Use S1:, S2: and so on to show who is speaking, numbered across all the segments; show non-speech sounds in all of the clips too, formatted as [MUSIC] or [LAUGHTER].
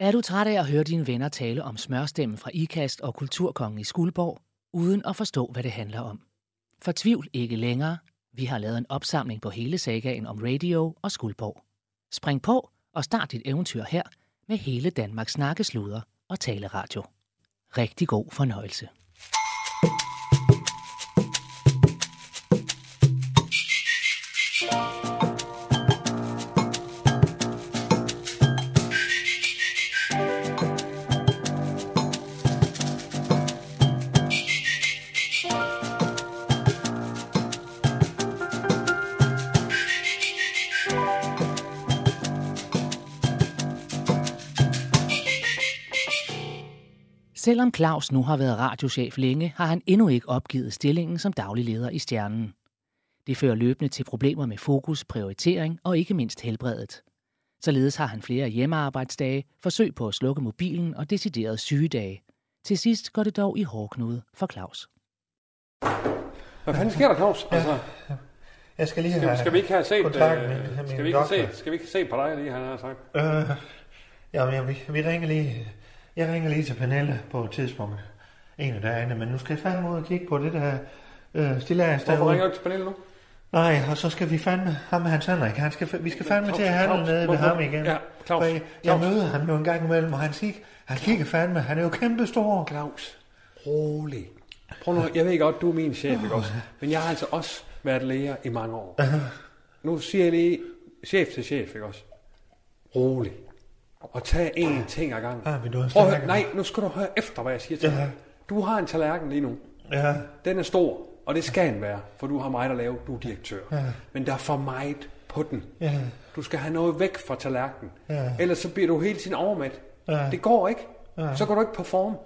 S1: Er du træt af at høre dine venner tale om smørstemmen fra Ikast og Kulturkongen i Skuldborg, uden at forstå, hvad det handler om? Fortvivl ikke længere. Vi har lavet en opsamling på hele sagaen om radio og Skuldborg. Spring på og start dit eventyr her med hele Danmarks snakkesluder og taleradio. Rigtig god fornøjelse. Selvom Claus nu har været radiochef længe, har han endnu ikke opgivet stillingen som daglig leder i Stjernen. Det fører løbende til problemer med fokus, prioritering og ikke mindst helbredet. Således har han flere hjemmearbejdsdage, forsøg på at slukke mobilen og deciderede sygedage. Til sidst går det dog i hårdknude for Claus.
S2: Hvad fanden sker der, Claus? Altså,
S3: Jeg skal lige
S2: skal,
S3: have...
S2: skal vi ikke have set, øh,
S3: kontakten med- med
S2: skal
S3: min
S2: vi ikke have
S3: doktor.
S2: set, skal vi ikke have set på dig lige, han har sagt.
S3: Øh, jamen, jeg, vi, vi ringer lige... Jeg ringer lige til Pernille på et tidspunkt. En af dagene, men nu skal jeg fandme ud og kigge på det der øh, stillads
S2: Hvorfor ringer du
S3: derude.
S2: ikke til Pernille nu?
S3: Nej, og så skal vi fandme... Ham Hans Henrik, han skal, fa- vi skal fandme
S2: Claus,
S3: til at handle
S2: Claus,
S3: nede ved
S2: hvorfor-
S3: ham igen.
S2: Ja, Claus,
S3: For jeg, jeg
S2: Claus.
S3: møder ham jo en gang imellem, og han, sig, han kigger fandme. Han er jo kæmpestor.
S2: Claus, rolig. Prøv nu, jeg ved godt, du er min chef, ikke også? Men jeg har altså også været læger i mange år. Nu siger jeg lige chef til chef, ikke også? Rolig. Og tag én ting ad gangen.
S3: Ah, vil du også
S2: Prøv at høre,
S3: snakke?
S2: nej, nu skal du høre efter, hvad jeg siger til
S3: Ja.
S2: dig. Du har en tallerken lige nu.
S3: Ja,
S2: Den er stor, og det skal den være, for du har meget at lave, du er direktør. Ja. Men der er for meget på den.
S3: ja,
S2: Du skal have noget væk fra tallerkenen.
S3: Ja.
S2: Ellers så bliver du hele tiden overmæt.
S3: Ja.
S2: Det går ikke.
S3: Ja.
S2: Så går du ikke performe.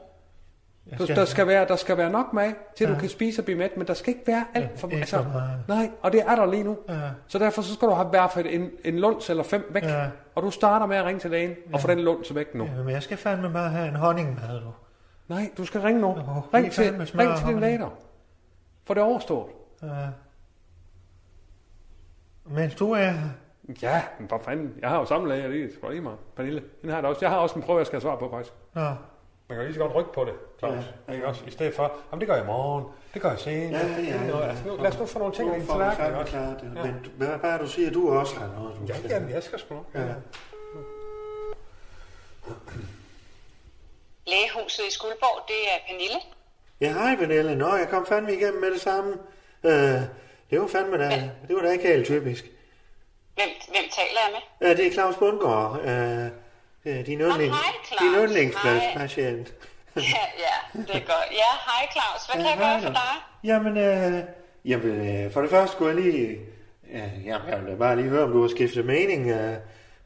S3: jeg
S2: Du, der, skal være, der skal være nok mad, til ja. du kan spise og blive mæt, men der skal ikke være alt for
S3: Ikke
S2: meget. Altså,
S3: for meget.
S2: nej, og det er der lige nu.
S3: Ja.
S2: Så derfor så skal du have i hvert fald en, en lunds eller fem væk.
S3: Ja.
S2: Og du starter med at ringe til lægen og få den lunds væk nu.
S3: Jamen, jeg skal fandme bare have en honningmad, du.
S2: Nej, du skal ringe nu.
S3: Åh,
S2: ring,
S3: det er
S2: til,
S3: fandme smart,
S2: ring til din
S3: Holmen.
S2: læge dog. For det er overstået.
S3: Ja. Mens du er her,
S2: Ja, men for fanden. Jeg har jo samme læge, det er sgu lige meget. Pernille, den har jeg da også. Jeg har også en prøve, jeg skal have svar på, faktisk.
S3: Nå.
S2: Man kan jo lige så godt rykke på det, Claus. Ja. Ikke også? I stedet for, jamen det gør jeg i morgen, det gør jeg
S3: Ja,
S2: senere.
S3: ja, ja.
S2: Det er noget- Altså, nu, lad os nu få nogle ting ind til værken. ikke også?
S3: det. Men du- hvad bare du siger, du også har noget, du
S2: Ja,
S3: skal-
S2: jamen jeg skal sgu nok. Ja.
S4: Lægehuset i Skuldborg, det er Pernille.
S3: Ja, hej Pernille. Nå, jeg kom fandme igennem med det samme. Øh, det var fandme da, det var da ikke helt typisk.
S4: Hvem, hvem taler jeg med?
S3: Øh, det er Claus Bundgaard, øh, øh, din, yndling,
S4: hej, Claus.
S3: din
S4: Hej.
S3: yndlingspatient.
S4: Ja, ja, det er godt. Ja, hej Claus. Hvad kan jeg gøre for dig?
S3: Jamen, øh, jamen øh, for det første skulle jeg lige... Øh, jamen, jeg vil da bare lige høre, om du har skiftet mening. Øh,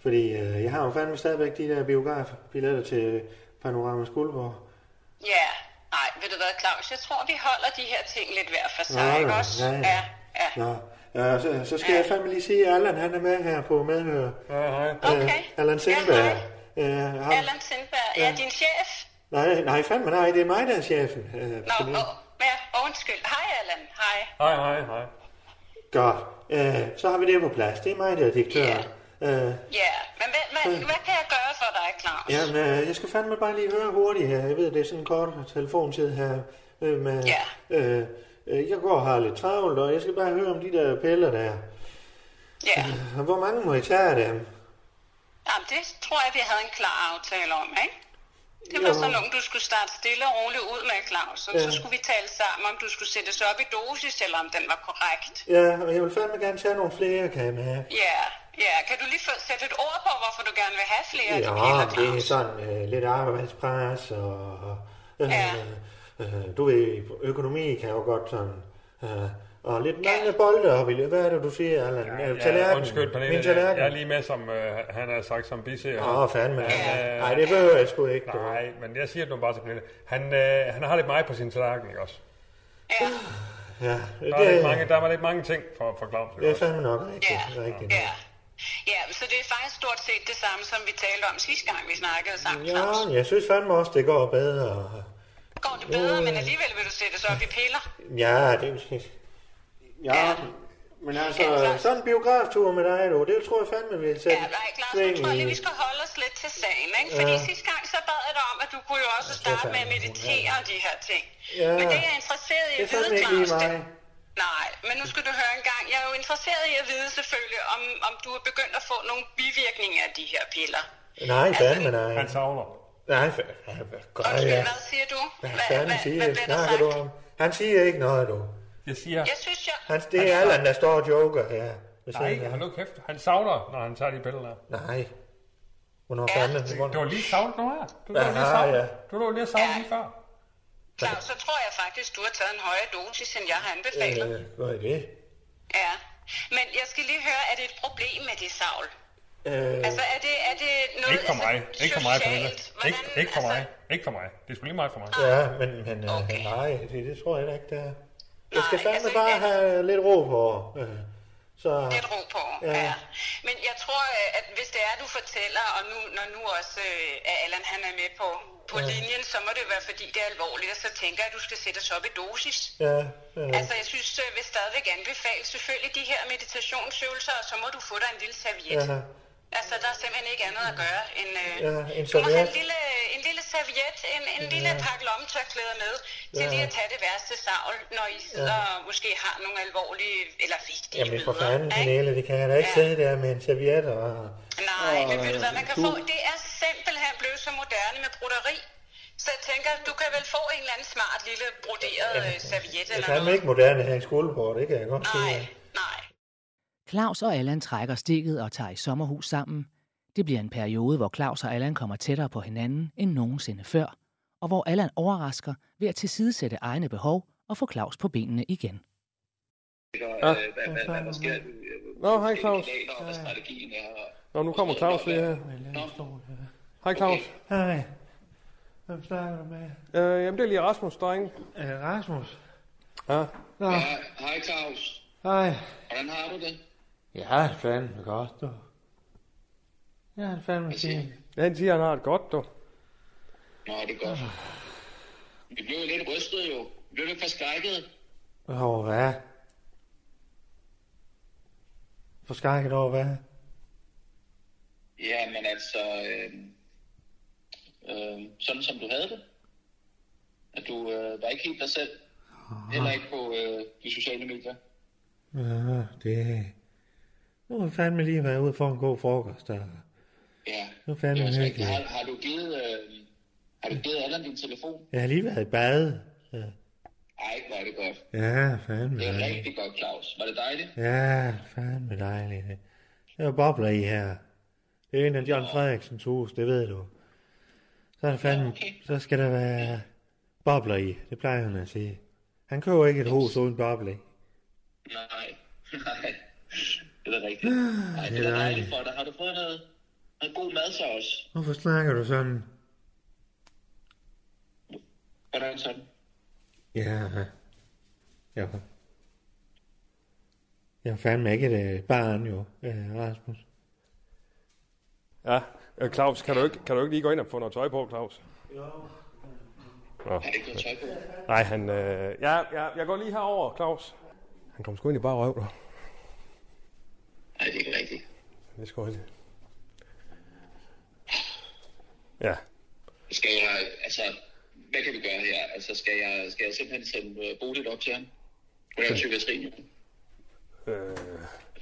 S3: fordi øh, jeg har jo fandme stadigvæk de der biografbilletter til Panorama Skuldborg.
S4: Ja, nej, ved du hvad Claus? Jeg tror, vi holder de her ting lidt hver for sig,
S3: Nå,
S4: ikke
S3: nå,
S4: også?
S3: ja, ja.
S4: ja. ja.
S3: Nå, øh, så, så skal jeg fandme lige sige, at Allan han er med her på medhør.
S2: Ja, hej.
S4: Okay.
S3: Øh, Allan Sindberg. Øh, ham,
S4: Allan Sindberg, ja. din chef?
S3: Nej, nej, fandme nej, det er mig, der er chefen. Øh,
S4: Nå,
S3: Pernille.
S4: åh, ja, undskyld. Hej Allan, hej.
S2: Hej, hej, hej.
S3: Godt. Øh, så har vi det på plads. Det er mig, der er direktøren. Øh,
S4: Ja, men hvad, hvad, hvad kan jeg gøre for dig, Claus?
S3: Jamen, øh, jeg skal fandme bare lige høre hurtigt her. Jeg ved, det er sådan en kort telefontid her. Øh, men,
S4: Ja.
S3: øh, øh, jeg går og har lidt travlt, og jeg skal bare høre om de der piller der.
S4: ja.
S3: Og Hvor mange må I tage af dem?
S4: Jamen, det tror jeg, vi havde en klar aftale om, ikke? Det var
S3: Jo.
S4: sådan nogen, du skulle starte stille og roligt ud med, Claus. Og så
S3: Ja.
S4: skulle vi tale sammen, om du skulle sættes op i dosis, eller om den var korrekt.
S3: Ja, og jeg vil fandme gerne tage nogle flere, kan jeg mærke.
S4: Ja, ja. Kan du lige få, sætte et ord på, hvorfor du gerne vil have flere af de piller,
S3: Ja, det er
S4: Claus?
S3: sådan øh, lidt arbejdspres, og øh,
S4: Ja.
S3: øh, du ved, økonomi kan jo godt sådan... Øh, og lidt mange bolde op i løbet. Hvad er det, du siger, Allan? Ja,
S2: Ja, undskyld, Pernille.
S3: Min
S2: Jeg
S3: tallerken.
S2: jeg er lige med, som øh, han har sagt, som biser.
S3: Åh, fandme.
S2: Ja.
S3: Nej, det behøver jeg sgu ikke. du.
S2: øh, Nej, men jeg siger det nu bare til Pernille. Han, øh, han har lidt meget på sin tallerken, ikke også?
S4: Ja,
S3: Ja,
S2: Der, er lidt mange, der var lidt mange ting for, for Claus. ikke
S3: Det er
S2: også?
S3: fandme nok rigtigt.
S4: ja,
S3: rigtigt.
S4: ja. Ja, så det er faktisk stort set det samme, som vi talte om sidste gang, vi snakkede sammen, Claus.
S3: Ja, jeg synes fandme også, det går bedre. Øh,
S4: Går det bedre, men alligevel vil du sættes op i piller?
S3: Ja, det er... Ja, Men altså,
S4: Ja,
S3: ja,
S4: klart.
S3: sådan en biograftur med dig, du, det tror jeg fandme, vi sætter
S4: Ja, nej, Claus, nu tror jeg lige, vi skal holde os lidt til sagen, ikke? Fordi
S3: Øh, Ja.
S4: sidste gang så bad jeg dig om, at du kunne jo også starte med at meditere og de her ting.
S3: Ja.
S4: Men det, jeg er interesseret i
S3: Det
S4: at
S3: er
S4: vide,
S3: fandme ikke
S4: Claus,
S3: lige
S4: det,
S3: mig.
S4: Nej, men nu skal du høre en gang. Jeg er jo interesseret i at vide selvfølgelig, om, om du er begyndt at få nogle bivirkninger af de her piller.
S3: Nej, fandme nej.
S2: Han savler.
S3: Nej, fa- ja, hvad gør
S4: Altså, Undskyld,
S3: jeg?
S4: hvad siger du?
S3: Hvad fanden siger
S4: hvad
S3: jeg?
S4: bliver der
S3: Snakker du
S4: sagt?
S3: om? Han siger ikke noget, du.
S2: Jeg siger,
S4: Jeg synes, jeg...
S3: Han, det er Allan, der står og joker her. Hvis
S2: nej,
S3: han,
S2: hold nu kæft. Han savler, når han tager de billeder.
S3: Nej. Hvornår
S4: Ja.
S3: fanden?
S2: Det var lige savlet nu her. Du lå
S3: Ja,
S2: lige savlet.
S3: ja.
S2: Du lå lige savlet lige før.
S4: Claus, så tror jeg faktisk, du har taget en højere dosis, end jeg har anbefalet.
S3: Øh, Hvad er det?
S4: Ja. Men jeg skal lige høre, er det et problem med det savl?
S3: Øh,
S4: Altså, er det, er det noget...
S2: Ikke for mig.
S4: Altså,
S2: Ikke for mig,
S4: socialt?
S2: Pernille. Ikke,
S4: Hvordan-
S2: ikke for mig.
S4: altså,
S2: Ikke for mig. Det skulle lige meget for mig.
S3: ja, men, men øh,
S4: Okay.
S3: nej, det, det tror jeg da ikke, der er. Jeg skal
S4: Nej,
S3: fandme
S4: altså,
S3: bare
S4: jeg-
S3: have lidt ro på. Øh, så,
S4: Lidt ro på,
S3: Ja.
S4: ja. ja. Men jeg tror, øh, at hvis det er, du fortæller, og nu, når nu også øh, at Allan han er med på, på ja. linjen, så må det være, fordi det er alvorligt, og så tænker jeg, at du skal sætte os op i dosis.
S3: ja, øh,
S4: Altså, jeg synes, jeg vil stadigvæk anbefale selvfølgelig de her meditationsøvelser, og så må du få dig en lille serviet.
S3: ja,
S4: Altså, der er simpelthen ikke andet at gøre end... Øh,
S3: Ja, en
S4: du må have
S3: serviet.
S4: en lille, en lille serviet, en, en ja. lille pakke lommetørklæder med, til
S3: Ja.
S4: lige at tage det værste savl, når I sidder og måske har nogle alvorlige eller vigtige
S3: Jamen for
S4: møder,
S3: fanden,
S4: ikke?
S3: Pernille, det kan jeg da ikke
S4: Ja.
S3: sidde der med en serviet og...
S4: Nej, men ved du hvad, man kan
S2: du-
S4: få... Det er simpelthen blevet så moderne med broderi. Så jeg tænker, du kan vel få en eller anden smart lille broderet øh, serviet
S3: Det er
S4: eller
S3: fandme
S4: noget.
S3: ikke moderne her i skolebord, det kan jeg godt
S4: Nej,
S3: sige.
S4: nej.
S1: Claus og Allan trækker stikket og tager i sommerhus sammen. Det bliver en periode, hvor Claus og Allan kommer tættere på hinanden end nogensinde før, og hvor Allan overrasker ved at tilsidesætte egne behov og få Claus på benene igen.
S5: Ja. øh, Hvad, hvad, hvad, hvad der sker?
S2: Nå, hej, Claus.
S5: Planer, og hvad strategien er. og-
S2: Nå, nu kommer Claus lige her. Hej, Claus.
S6: Hej. Hvem snakker du med?
S2: Øh, jamen, det er lige Rasmus, drenge.
S6: Øh, Rasmus.
S2: Ja.
S6: Nå,
S5: Ja, Hej Claus.
S6: hej.
S5: Hvordan har du det?
S3: Ja, fandme godt.
S6: Du. Jeg har en fandme fint.
S2: Ja, han siger, han har det godt, du.
S5: Nå, det er godt. Vi blev jo lidt rystet jo. Vi blev lidt forskrækket.
S3: Over hvad? Forskrækket over hvad?
S5: Ja, men altså... Øh, øh, sådan som du havde det. At du øh, var ikke helt dig selv. Heller ikke på øh, de sociale medier.
S3: Ja, det... Nu har jeg fandme lige været ude for en god frokost. Og...
S5: Ja.
S3: Nu fandme
S5: Det er også rigtigt.
S3: hyggeligt.
S5: Har, har du givet... Øh, har du givet Allan din telefon?
S3: Jeg har lige været i bad.
S5: Ej, hvor er det godt.
S3: Ja, fandme
S5: Det er
S3: dejligt.
S5: rigtig godt, Claus. Var det dejligt?
S3: Ja, fandme dejligt. Der er bobler i her. Det er en af John Frederiksens hus, det ved du. Så er der fandme... Så skal der være bobler i. Det plejer han at sige. Han køber ikke et hus uden bobler i.
S5: Nej, [LAUGHS] nej. Det er da rigtigt.
S3: Ah,
S5: Nej, det er da dejligt for dig. Har du fået noget, noget god mad så også?
S3: Hvorfor snakker du sådan?
S5: Hvordan sådan?
S3: Ja. Ja. Jeg er fandme ikke et øh, barn, jo, øh, Rasmus.
S2: Ja, øh, Claus, kan du, ikke, kan du ikke lige gå ind og få noget tøj på, Claus?
S5: Har det ikke noget tøj på?
S2: Nej, han... Øh, ja, ja, jeg går lige herover, Claus. Han kom sgu egentlig bare røv, du.
S5: Nej, det er ikke rigtigt.
S2: Det er sgu rigtigt. Ja.
S5: Skal jeg, altså, hvad kan vi gøre her? Altså, skal jeg, skal jeg simpelthen sende øh, Bodil op til ham? Hun er jo i psykiatrien, jo.
S2: Øh,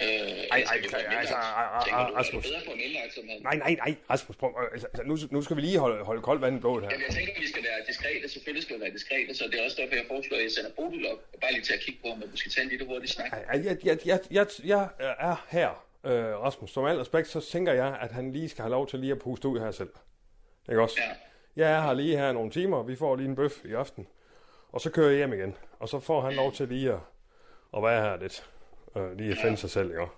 S5: Øh,
S2: Ej,
S5: skal
S2: ej,
S5: vi få ham
S2: ej, altså,
S5: indlagt?
S2: ej, ej, ej,
S5: Tænker du,
S2: Rasmus.
S5: Er det bedre for en indlagt, som han?
S2: nej, nej, nej, Rasmus, prøv, altså, altså, nu, nu skal vi lige holde, holde koldt vand i blodet her.
S5: Jamen, jeg tænker, vi skal være diskrete. Selvfølgelig skal vi være diskrete, så det er også derfor, jeg foreslår, at jeg sender Bodil op. Bare lige til at kigge på ham, og vi skal tage en lille hurtig snak.
S2: Ej, ej, Jeg, jeg, jeg, jeg, jeg er her, øh, Rasmus. Som al respekt, så tænker jeg, at han lige skal have lov til lige at puste ud her selv. Ikke også?
S5: Ja.
S2: Jeg er her lige her i nogle timer, vi får lige en bøf i aften. Og så kører jeg hjem igen. Og så får han lov til lige at, at være her lidt. Øh, lige at finde sig selv, ikke? også?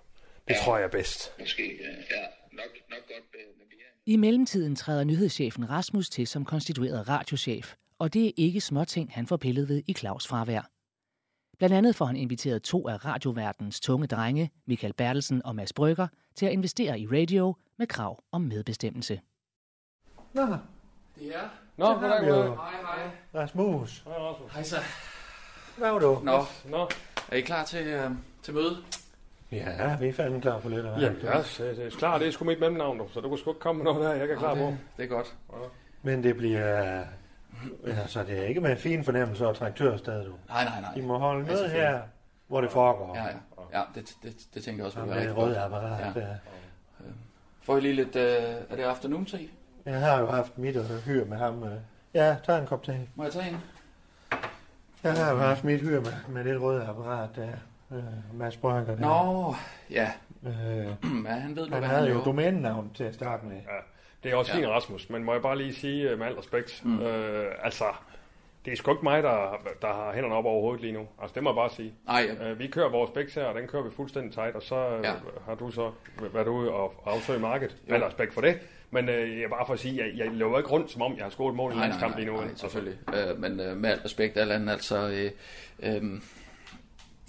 S2: Det tror jeg er bedst.
S5: Måske, øh, ja, nok, nok godt, øh, når vi er
S1: I mellemtiden træder nyhedschefen Rasmus til som konstitueret radiochef, og det er ikke småting, han får pillet ved i Claus fravær. Blandt andet får han inviteret to af radioverdens tunge drenge, Michael Bertelsen og Mads Brygger, til at investere i radio med krav om medbestemmelse.
S3: Nå,
S2: Nå, goddag,
S3: jo.
S2: goddag.
S7: Hej, hej.
S3: Rasmus.
S7: Hej så.
S3: Hvad var du?
S7: Nå,
S2: Nå,
S7: er I klar til, øh, til møde?
S3: Ja, vi er fandme klar på lidt. hva'?
S2: Jamen, ja, så det er klart, det er sgu mit mellemnavn, du, så du kan sgu ikke komme med noget der, jeg ikke er klar på.
S7: det, det er godt.
S3: Men det bliver... Ja, så det er ikke med en fin fornemmelse af traktørstedet, du.
S7: Nej, nej, Altså, nej.
S3: De må holde
S7: Ja,
S3: med
S7: selvfølgelig.
S3: her, hvor det foregår.
S7: Ja, ja. ja det, det, det tænker jeg også
S3: Og
S7: vil
S3: med
S7: være
S3: det
S7: rigtig godt.
S3: røde apparat.
S7: Ja. Øh,
S3: Ja.
S7: Får I lige lidt, øh, er det afternoon tea?
S3: Jeg har jo haft mit og hyr med ham. øh. Ja, tag en kop te.
S7: Må jeg tage en?
S3: Jeg har jo haft mit hyr med, med det røde apparat der. Øh, Mads Brønker der.
S7: Nå, ja.
S3: Øh,
S7: [CLEARS THROAT] ja han ved nu,
S3: han
S7: hvad han
S3: havde jo
S7: gjorde.
S3: domænenavn til at starte med.
S2: Det er også
S7: Ja.
S2: ja. fint, Rasmus, men må jeg bare lige sige øh, med al respekt, mm. øh, altså, det er sgu ikke mig, der, der har hænderne op over hovedet lige nu. Altså, det må jeg bare sige.
S7: Nej, jeg-
S2: Øh, vi kører vores bæks her, og den kører vi fuldstændig tight, og så
S7: Ja.
S2: ja. har du så været ude og afsøge markedet. Jo. Med al respekt for det. Men øh, jeg er bare for at sige, jeg, jeg løber ikke rundt, som om jeg har skåret et mål i en
S7: nej, nej,
S2: landskamp
S7: nej,
S2: lige nu.
S7: nej,
S2: vel?
S7: selvfølgelig. Øh, men øh, med al respekt, alt andet, altså... Øh, øh,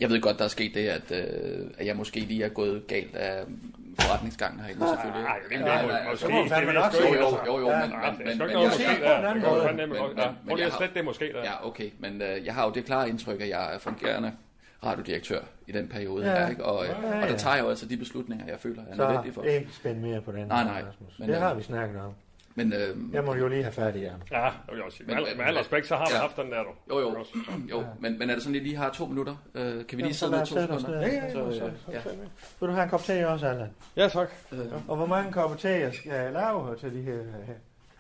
S7: jeg ved godt, der er sket det, at, øh, at jeg måske lige er gået galt af forretningsgangen herinde, selvfølgelig.
S2: Nej, det er
S7: Nej,
S2: ikke
S7: nej,
S2: måske.
S3: det må fandme
S2: ved jeg
S3: nok
S2: sgu
S7: Jo,
S2: ikke,
S7: jo,
S2: altså.
S3: sige,
S7: jo, jo,
S3: Ja,
S7: men...
S2: Nej, det er
S7: men-
S2: sgu
S7: men
S2: ikke
S7: jeg-
S2: noget måske
S3: siger-
S2: der. Det
S3: Men-
S2: kan du
S3: men-
S2: fandme
S7: men-
S2: godt.
S7: men-
S2: Ja,
S7: men
S2: Prøv lige
S7: jeg
S2: at
S7: har-
S2: slette det måske der.
S7: Ja, okay, men øh, jeg har jo det klare indtryk, at jeg er fungerende radiodirektør i den periode
S3: Ja.
S7: her, ikke? Og, øh,
S3: Ja,
S7: og der
S3: ja.
S7: tager jeg jo altså de beslutninger, jeg føler er
S3: Så
S7: nødvendige for.
S3: ikke spænd mere på den.
S7: Nej, nej,
S3: Rasmus.
S7: men,
S3: det
S7: øh,
S3: har vi snakket om.
S7: Men, øh,
S3: Jeg må jo lige have fat i ham.
S2: Ja, det vil jeg også sige. Med
S7: Men-
S2: al-
S7: men-
S2: med al respekt, så har vi
S7: ja.
S2: haft den der, du.
S7: jo,
S2: Ikke
S7: jo,
S2: også?
S7: jo. Men, men er det sådan, at I lige har to minutter? Øh, kan vi lige
S3: Jamen, så
S7: sidde
S3: lad
S7: ned
S3: os
S7: to
S3: sætte os
S7: sekunder?
S3: ned. Ja, ja,
S7: Så,
S3: ja,
S7: øh, ja. Øh.
S3: Vil du have en kop te også, Allan?
S2: Ja, tak.
S3: Og hvor mange kopper te, jeg skal lave her til de her... øh,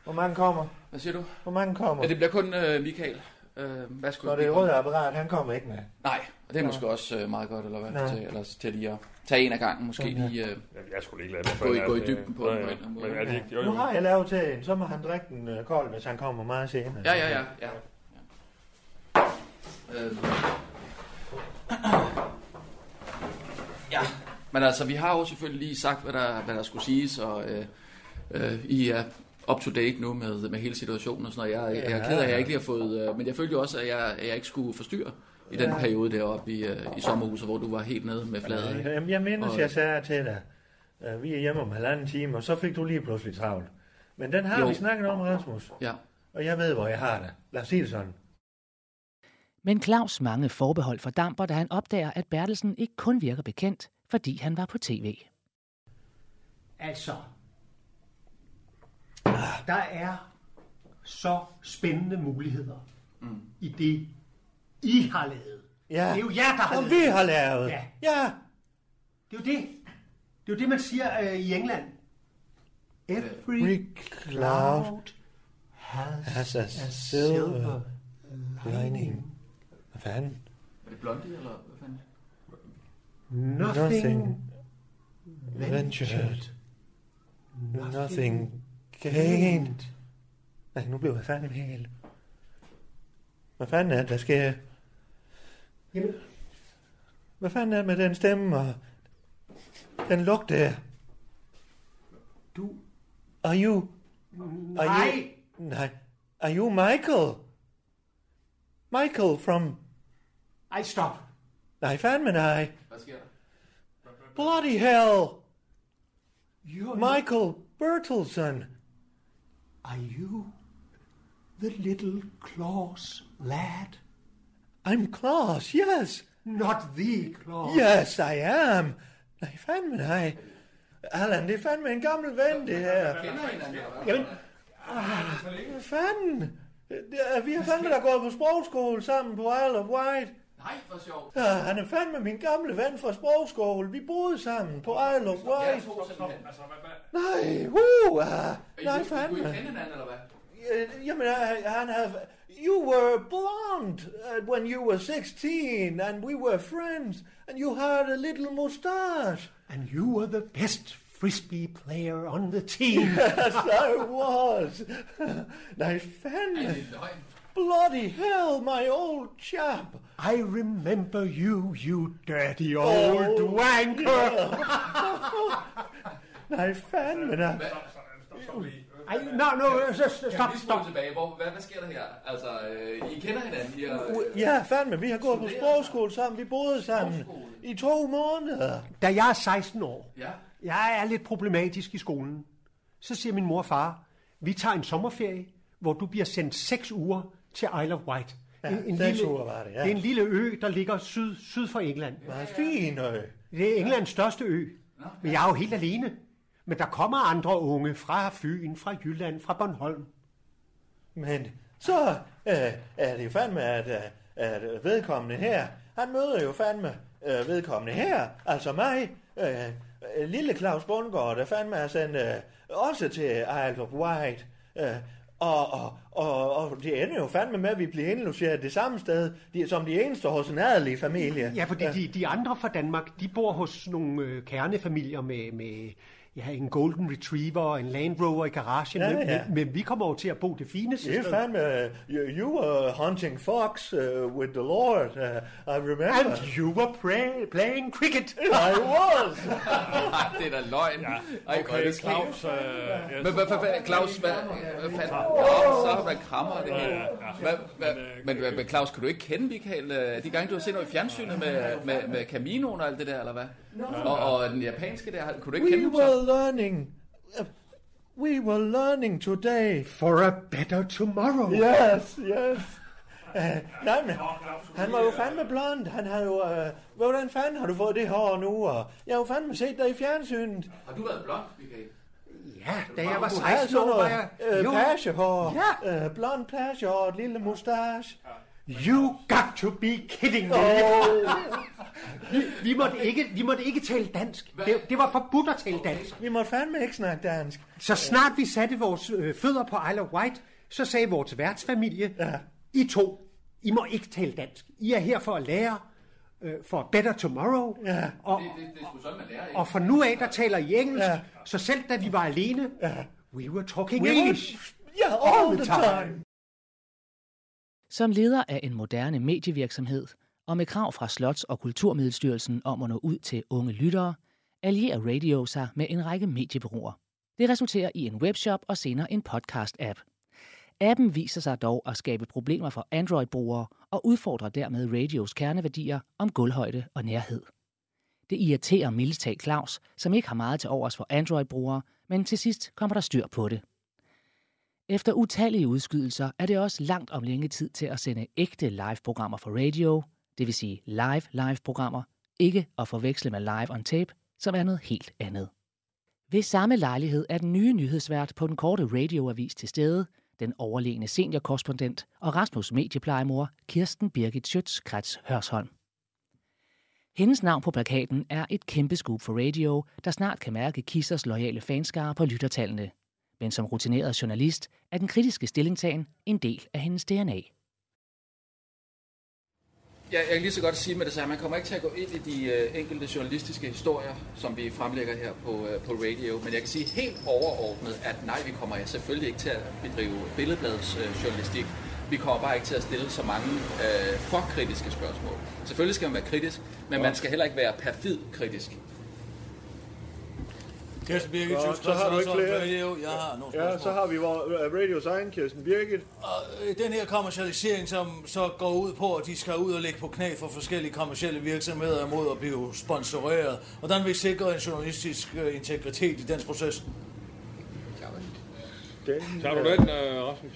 S3: Hvor mange kommer?
S7: Hvad siger du?
S3: Hvor mange kommer?
S7: Ja, det bliver kun øh, Michael. Øh, hvad skulle
S3: Når det
S7: lige
S3: er
S7: komme?
S3: røde apparat, han kommer ikke med.
S7: Nej, og det er måske også øh, meget godt, eller hvad?
S3: Nej.
S7: Til, eller til lige at tage en af gangen, måske
S3: Sådan her.
S7: lige... Øh,
S2: Jamen, jeg skulle ikke lade mig
S7: Gå i- gå i dybden på den på en eller anden måde.
S2: Men er det ikke? Jo,
S3: Nu
S2: jo.
S3: har jeg lavet teen, så må han drikke den øh, kold, hvis han kommer meget senere.
S7: ja, ja, ja. ja. ja. Øh. ja. Men altså, vi har jo selvfølgelig lige sagt, hvad der, hvad der skulle siges, og øh, øh, I er up to date nu med, med hele situationen og sådan noget. Jeg, jeg er ked af, at jeg ikke lige har fået... Øh, men jeg følte jo også, at jeg, at jeg ikke skulle forstyrre i den periode deroppe i, øh, i sommerhuset, hvor du var helt nede med fladet. ikke?
S3: Øh, Jamen, jeg mindes,
S7: Og-
S3: jeg sagde til dig, øh, vi er hjemme om halvanden time, og så fik du lige pludselig travlt. Men den har
S7: Jo.
S3: jo. vi snakket om, Rasmus.
S7: Ja.
S3: Og jeg ved, hvor jeg har det. Lad os sige det sådan.
S1: Men Claus mange forbehold fordamper, da han opdager, at Bertelsen ikke kun virker bekendt, fordi han var på tv.
S8: Altså, der er så spændende muligheder mm. i det, I har lavet.
S3: Ja.
S8: Det er jo jer, der har
S3: Som
S8: lavet.
S3: vi har lavet.
S8: Ja.
S3: ja.
S8: Det er jo det. Det er jo det, man siger øh, i England. Every
S3: Every cloud
S8: cloud has,
S3: has a
S8: a silver
S3: silver lining. Hvad fanden?
S7: Er det blondie, eller hvad fanden?
S8: nothing
S3: Ventured. Nothing gained. Nej, nu blev jeg færdig med hele. Hvad fanden er det, der sker?
S8: Jamen,
S3: Hvad fanden er det med den stemme og den lugt der?
S8: du...
S3: Are you... Are
S8: Nej!
S3: You, nej. Are you Michael? Michael from...
S8: Ej, stop.
S3: Nej, fandme nej.
S7: Hvad sker der?
S3: Bloody hell!
S8: You're,
S3: Michael Bertelsen!
S8: Are you the little Claus lad?
S3: I'm Klaus, yes!
S8: Not the Claus. [LAUGHS]
S3: Oh. Yes, I am! Nej, fandme nej. Allan, det er fandme en gammel ven, det her.
S7: Kender I hinanden, eller hvad?
S8: Jamen,
S3: Hvad fanden? Det er- Vi har fandme da gået på sprogskole sammen på Isle of Wight.
S7: Nej, hvor sjovt.
S3: Ja, han er fandme min gamle ven fra sprogskole. Vi boede sammen på Isle of Wight. Altså, Nej, uh, nej fandme.
S7: hinanden, eller hvad?
S3: Øh, Jamen, øh, han havde... You were blonde uh, when you were 16, and we were friends, and you had a little mustache.
S8: And you were the best frisbee player on the team.
S3: [LAUGHS] Yes, I was. [LAUGHS] nej, fandme. Bloody hell, my old chap.
S8: I remember you, you dirty old
S3: Oh,
S8: wanker.
S3: Nej, fandme da.
S8: I, no, no, uh, s- s- stop, stop.
S7: tilbage. Hvor, hvad, hvad sker der her? Altså, øh, I kender hinanden. I er, øh,
S3: Ja, fandme, vi har gået på sprogskole sammen. Vi boede sammen
S7: Sprogskole?
S3: i to måneder.
S8: Da jeg er 16 år,
S7: ja.
S8: jeg er lidt problematisk i skolen, så siger min mor og far, vi tager en sommerferie, hvor du bliver sendt seks uger til Isle of Wight.
S3: Ja, seks uger var det, ja.
S8: det er en lille ø, der ligger syd, syd for England.
S3: Meget fin, øh.
S8: Det er Englands største ø. Men jeg er jo helt alene. Men der kommer andre unge fra Fyn, fra Jylland, fra Bornholm.
S3: Men så øh, er det jo fandme, at, øh, at vedkommende her, han møder jo fandme øh, vedkommende her, altså mig, øh, øh, lille Claus Bundgaard, der fandme er sendt øh, også til Isle of Wight. Øh, og, og, og, og det ender jo fandme med, at vi bliver indlogeret det samme sted, de, som de eneste hos en adelige familie.
S8: Ja, fordi de, de andre fra Danmark, de bor hos nogle øh, kernefamilier med, med ja, en Golden Retriever og en Land Rover i garagen.
S3: Ja,
S8: men,
S3: ja.
S8: Men, men vi kommer over til at bo det fineste
S3: Det er
S8: sted.
S3: fandme, uh, you, you were hunting fox uh, with the Lord, uh, I remember.
S8: And you were play, playing cricket.
S3: I was!
S7: Ej, det er da løgn. Ja, Ej, godt, det sker.
S2: Claus, øh,
S7: Men hvad, hvad, hvad, Claus, hvad, hvad fanden? Nå, så har man krammer og det hele. Hvad, hvad, men hvad, hvad, Claus, kan du ikke kende Michael? øh, De gange, du har set noget i fjernsynet med, med, med Caminoen og alt det der, eller hvad? Og, og den japanske der, kunne du ikke kende
S3: We
S7: ham så?
S3: were learning. uh, We were learning today.
S8: For a better tomorrow.
S3: Yes, yes. Uh, nej, men han var jo fandme blond. Han havde jo... Uh, hvordan fanden har du fået det hår nu? Og jeg har jo fandme set dig i fjernsynet.
S7: Har du været blond, Michael?
S8: Ja, da jeg var
S3: Du havde
S8: 16
S3: sådan
S8: år, var
S3: noget
S8: jeg...
S3: øh,
S8: Jo,
S3: pagehår.
S8: Ja.
S3: Øh, blond pagehår, et lille mustache.
S8: you got to be kidding me. [LAUGHS] Vi måtte ikke, vi måtte ikke tale dansk. Det, det var forbudt at tale dansk.
S3: Vi må fandme ikke snakke dansk.
S8: Så snart vi satte vores øh, fødder på Isle of Wight, så sagde vores værtsfamilie, ja. I to, I må ikke tale dansk. I er her for at lære øh, for a better tomorrow.
S3: Ja.
S8: Og,
S7: Det, det, det er sgu sådan, man lærer, ikke?
S8: og fra nu af, der taler I engelsk.
S3: Ja.
S8: Så selv da vi var alene, we were talking
S3: We were-
S8: English.
S3: Yeah, all, the time.
S1: Som leder af en moderne medievirksomhed og med krav fra Slots- og Kulturmiddelstyrelsen om at nå ud til unge lyttere, allierer Radio sig med en række mediebureauer. Det resulterer i en webshop og senere en podcast-app. Appen viser sig dog at skabe problemer for Android-brugere og udfordrer dermed radios kerneværdier om gulvhøjde og nærhed. Det irriterer Mildestag Claus, som ikke har meget til overs for Android-brugere, men til sidst kommer der styr på det. Efter utallige udskydelser er det også langt om længe tid til at sende ægte live-programmer for radio, det vil sige live live-programmer, ikke at forveksle med live on tape, som er noget helt andet. Ved samme lejlighed er den nye nyhedsvært på den korte radioavis til stede, den overlegne seniorkorrespondent og Rasmus medieplejemor Kirsten Birgit Schøtz Krets Hørsholm. Hendes navn på plakaten er et kæmpe scoop for radio, der snart kan mærke Kissers loyale fanskare på lyttertallene men som rutineret journalist er den kritiske stillingtagen en del af hendes DNA.
S7: Ja, jeg kan lige så godt sige med det samme, man kommer ikke til at gå ind i de øh, enkelte journalistiske historier, som vi fremlægger her på, øh, på radio, men jeg kan sige helt overordnet, at nej, vi kommer selvfølgelig ikke til at bedrive billedbladets øh, journalistik. Vi kommer bare ikke til at stille så mange øh, for kritiske spørgsmål. Selvfølgelig skal man være kritisk, men man skal heller ikke være perfid kritisk.
S9: Kirsten Birgit,
S3: Godt,
S9: Godt,
S3: så har du ikke flere.
S9: Radio. Jeg har nogle
S3: Ja, så
S9: spørgsmål.
S3: har vi vores øh, Radios egen Kirsten Birgit.
S9: Og, øh, Den her kommercialisering, som så går ud på, at de skal ud og ligge på knæ for forskellige kommercielle virksomheder mod at blive sponsoreret. Hvordan vil I sikre en journalistisk øh, integritet i den proces?
S3: Den,
S2: Tager du den, øh, Rasmus?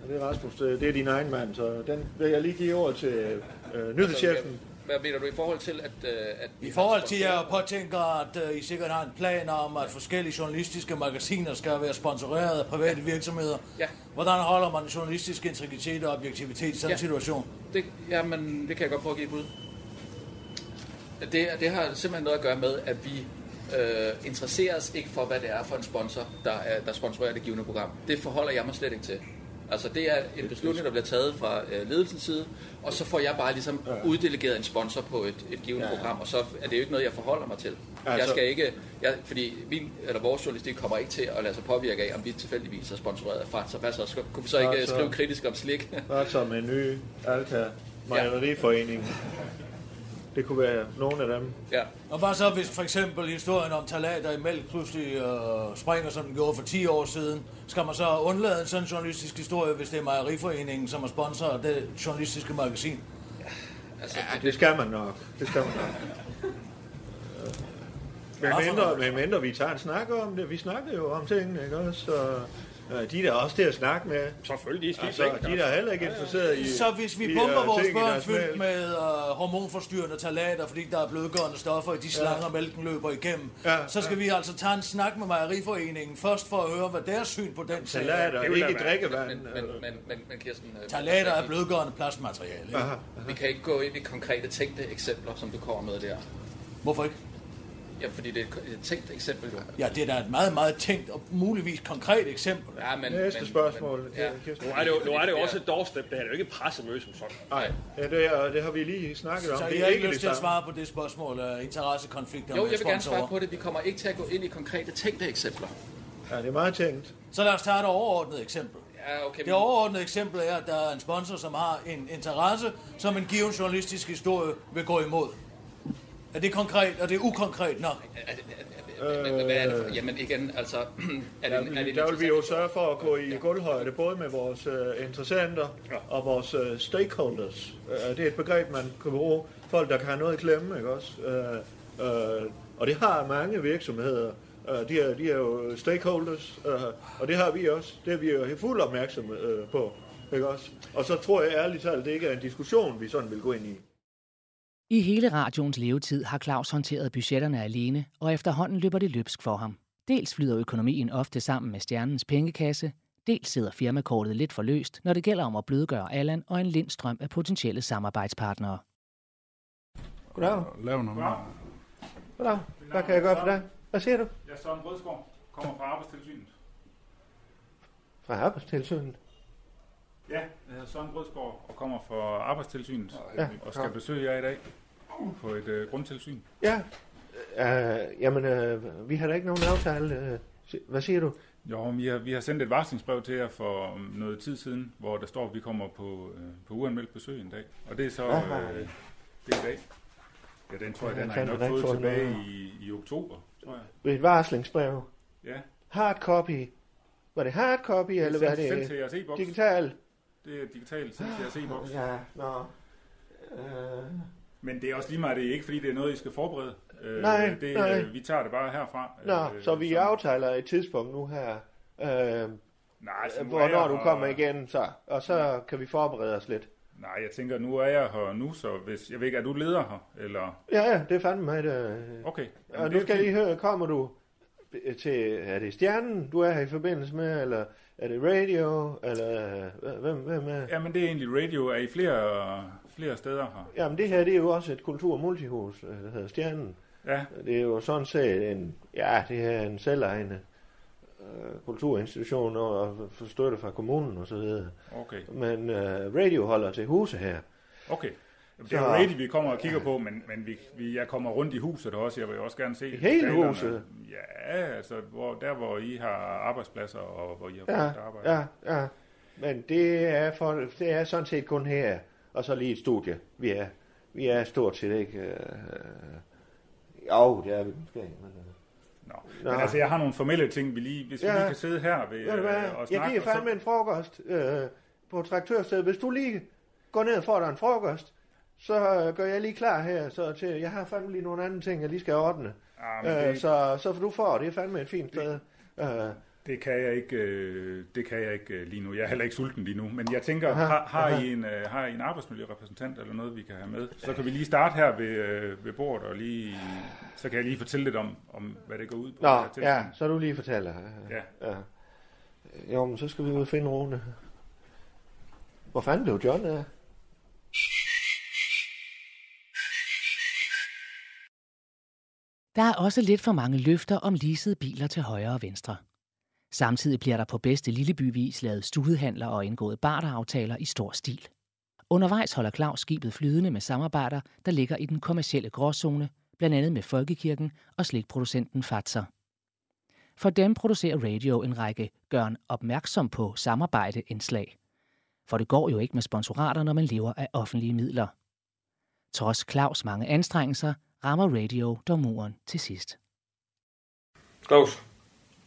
S3: øh, Det er Rasmus, øh, det er din egen mand, så den vil jeg lige give over til øh, nyhedschefen.
S7: Hvad mener du i forhold til, at... Øh, at
S9: I forhold til, at jeg påtænker, at øh, I sikkert har en plan om, at forskellige journalistiske magasiner skal være sponsoreret af private virksomheder.
S7: Ja.
S9: Hvordan holder man den journalistiske integritet og objektivitet i sådan en
S7: Ja.
S9: situation?
S7: Det, jamen, det kan jeg godt prøve at give et bud. Det, det har simpelthen noget at gøre med, at vi øh, interesserer os ikke for, hvad det er for en sponsor, der, er, der sponsorerer det givende program. Det forholder jeg mig slet ikke til. Altså, det er en beslutning, der bliver taget fra øh, ledelsens side, og så får jeg bare ligesom uddelegeret en sponsor på et, et givende
S3: Ja, ja.
S7: program, og så er det jo ikke noget, jeg forholder mig til. Jeg
S3: Altså-
S7: skal ikke, jeg, fordi min, eller vores journalistik kommer ikke til at lade sig påvirke af, om vi tilfældigvis er sponsoreret af Frans, så hvad så? Sk- Kunne vi så ikke
S3: Altså-
S7: altså. skrive kritisk om slik?
S9: [LAUGHS]
S3: Ret som en ny Alka Mejeriforening. Det kunne være nogle af dem.
S7: ja.
S9: Og hvad så, hvis for eksempel historien om talater i mælk pludselig øh, springer, som den gjorde for 10 år siden? Skal man så undlade en sådan journalistisk historie, hvis det er mejeriforeningen, som er sponsor af det journalistiske magasin?
S7: Altså,
S3: Ja, det skal man nok. Det skal man nok. Øh, Men mindre, men mindre vi tager en snak om det. Vi snakker jo om tingene, ikke også? Så,
S10: Øh, de er da også til at snakke med.
S2: Selvfølgelig, de skal
S10: Altså, de er da heller ikke interesseret i...
S9: Så hvis vi
S10: i,
S9: pumper
S10: øh,
S9: vores
S10: ting i
S9: børn
S3: altså,
S10: deres
S9: fyldt
S10: mælk.
S9: med øh, hormonforstyrrende talater, fordi der er blødgørende stoffer i de slanger, mælken løber igennem,
S10: Ja,
S9: så skal vi altså tage en snak med mejeriforeningen først for at høre, hvad deres syn på den sag er.
S10: Salater,
S2: Det vil da
S10: ikke
S2: være-
S10: drikkevand.
S7: Men, men, men, men, men Kirsten, øh,
S9: Talater
S7: vi-
S9: er blødgørende plastmateriale. ikke?
S7: vi kan ikke gå ind i konkrete tænkte eksempler, som du kommer med der.
S9: Hvorfor ikke?
S7: Ja, fordi det er et et tænkt eksempel jo.
S9: Ja, det er da et meget, meget tænkt og muligvis konkret eksempel.
S7: Ja, men,
S10: Næste
S7: men-
S10: spørgsmål.
S7: Men, ja.
S10: Kirsten.
S2: Nu er det jo, nu er det jo også et doorstep, det her. Det er jo ikke et pressemøde som sådan.
S7: Nej.
S10: Ja, det, er, det har vi lige snakket om.
S9: Så
S10: det
S9: jeg
S10: er
S9: har ikke lyst
S10: det
S9: til at
S10: samme.
S9: svare på det spørgsmål øh, af interessekonflikter
S7: Jo,
S9: med
S7: jeg vil gerne
S9: øh, sponsorer.
S7: svare på det. Vi kommer ikke til at gå ind i konkrete tænkte eksempler.
S10: Ja, det er meget tænkt.
S9: Så lad os tage et overordnet eksempel.
S7: Ja, okay.
S9: Det overordnede eksempel er, at der er en sponsor, som har en interesse, som en given journalistisk historie vil gå imod. Er det konkret, og det er ukonkret nok?
S7: Er det- er det- er det- Hvad er det for? Jamen igen, altså... [CLEARS THROAT] Er det,
S10: Der
S7: en- er det
S10: vil,
S7: en
S10: der vil vi jo
S7: interessant-
S10: sørge for at gå i gulvhøjde, både med vores øh, interessenter og vores øh, stakeholders. Øh, det er et begreb, man kan bruge. Folk, der kan have noget i klemme, ikke også? Øh, øh, og det har mange virksomheder. Øh, de, er, de er jo stakeholders, øh, og det har vi også. Det er vi jo helt fuld opmærksom øh, på, ikke også? Og så tror jeg ærligt talt, det ikke er en diskussion, vi sådan vil gå ind i.
S1: I hele radioens levetid har Claus håndteret budgetterne alene, og efterhånden løber det løbsk for ham. Dels flyder økonomien ofte sammen med stjernens pengekasse, dels sidder firmakortet lidt for løst, når det gælder om at blødgøre Allan og en lindstrøm af potentielle samarbejdspartnere.
S3: Goddag.
S11: Lav noget mere.
S3: Goddag. Hvad kan jeg gøre for dig? Hvad siger du?
S11: Jeg er Søren Rødskov, kommer fra Arbejdstilsynet.
S3: Fra arbejdstilsynet.
S11: Ja, jeg hedder Søren Rødskov og kommer fra Arbejdstilsynet
S3: Ja.
S11: og skal besøge jer i dag på et øh, grundtilsyn.
S3: Ja. Øh, jamen, øh, vi har da ikke nogen aftale. Øh, si- hvad siger du?
S11: Jo, men vi har, vi har sendt et varslingsbrev til jer for øhm, noget tid siden, hvor der står, at vi kommer på, øh, på uanmeldt besøg en dag. Og det er så
S3: Hvad var
S11: øh,
S3: det?
S11: det er i dag. Ja, den tror jeg,
S3: Ja,
S11: den har jeg
S3: fandme
S11: nok
S3: da ikke
S11: fået
S3: fået
S11: tilbage
S3: noget.
S11: i, i oktober, tror jeg.
S3: Et varslingsbrev.
S11: Ja,
S3: Hard copy. Var det hard copy, eller
S11: sendt,
S3: var det øh,
S11: sendt til jeres e-boks. Øh,
S3: digital? Ah,
S11: Det er digitalt sendt til jeres e-boks.
S3: Ja, nå. Øh,
S11: Men det er også lige meget, det er ikke fordi, det er noget, I skal forberede. Øh,
S3: Nej,
S11: det,
S3: nej.
S11: Øh, vi tager det bare herfra. Øh,
S3: nå, så vi
S11: som-
S3: aftaler et tidspunkt nu her. Øh,
S11: Nej, altså, nu er
S3: hvornår
S11: jeg
S3: du
S11: her-
S3: kommer igen, så. Og så kan vi forberede os lidt.
S11: Nej, jeg tænker, nu er jeg her nu, så hvis... Jeg ved ikke, er du leder her? Eller...
S3: Ja, ja, det er fandme mig, det,
S11: Okay.
S3: Og
S11: det
S3: nu
S11: er
S3: skal jeg
S11: fint.
S3: lige høre, kommer du til, er det stjernen, du er her i forbindelse med, eller er det radio, eller øh, hvem, hvem er? Ja.
S11: Jamen, det er egentlig radio. Er I flere, flere steder her?
S3: Jamen det her, det er jo også et kultur- og multihus, øh, der hedder stjernen.
S11: Ja,
S3: Det er jo sådan set en, ja, det er en selvejende øh, kulturinstitution og, og får støtte fra kommunen og så videre.
S11: okay.
S3: Men øh, radio holder til huse her.
S11: Okay. Jamen, det er jo
S3: Så-
S11: radio, vi kommer og kigger på, men, men vi, vi, jeg kommer rundt i huset også. Jeg vil jo også gerne se...
S3: hele
S11: lokalerne.
S3: huset?
S11: Ja, altså hvor, der, hvor I har arbejdspladser, og hvor I har
S3: Ja,
S11: folk, der arbejder.
S3: ja, ja. Men det er, for, det er sådan set kun her, og så lige et studie. Vi er, vi er stort set ikke... Øh, øh, jo, det er vi måske, men... Øh.
S11: Nå.
S3: Nå.
S11: Men altså, jeg har nogle formelle ting, vi lige... Hvis
S3: Ja.
S11: vi lige kan sidde her ved,
S3: Ved du hvad?
S11: øh, og snakke...
S3: Jeg giver
S11: og så-
S3: fandme en frokost øh, på traktørstedet. Hvis du lige går ned og får dig en frokost, så øh, gør jeg lige klar her. Så til, jeg har fandme lige nogle andre ting, jeg lige skal ordne.
S11: Ah, men
S3: Ja, øh,
S11: det,
S3: så, så du får, det er fandme et fint sted. Øh,
S11: det kan jeg ikke, øh, det kan jeg ikke øh, lige nu. Jeg er heller ikke sulten lige nu, men jeg tænker, har, har, I en, øh, har I en arbejdsmiljørepræsentant eller noget, vi kan have med? Så kan vi lige starte her ved, øh, ved bordet, og lige, så kan jeg lige fortælle lidt om, om hvad det går ud på.
S3: nå,
S11: det her tilsyn.
S3: ja, så du lige fortæller. Øh,
S11: ja.
S3: Ja. Jo, men så skal vi ud og finde Rune. Hvor fanden blev John af?
S1: Der er også lidt for mange løfter om leasede biler til højre og venstre. Samtidig bliver der på bedste lillebyvis lavet studehandler og indgået barteraftaler i stor stil. Undervejs holder Claus skibet flydende med samarbejder, der ligger i den kommercielle gråzone, blandt andet med Folkekirken og slikproducenten Fatser. For dem producerer Radio en række gørn opmærksom på samarbejde indslag. For det går jo ikke med sponsorater, når man lever af offentlige midler. Trods Claus mange anstrengelser, rammer Radio dog muren til sidst.
S2: Claus.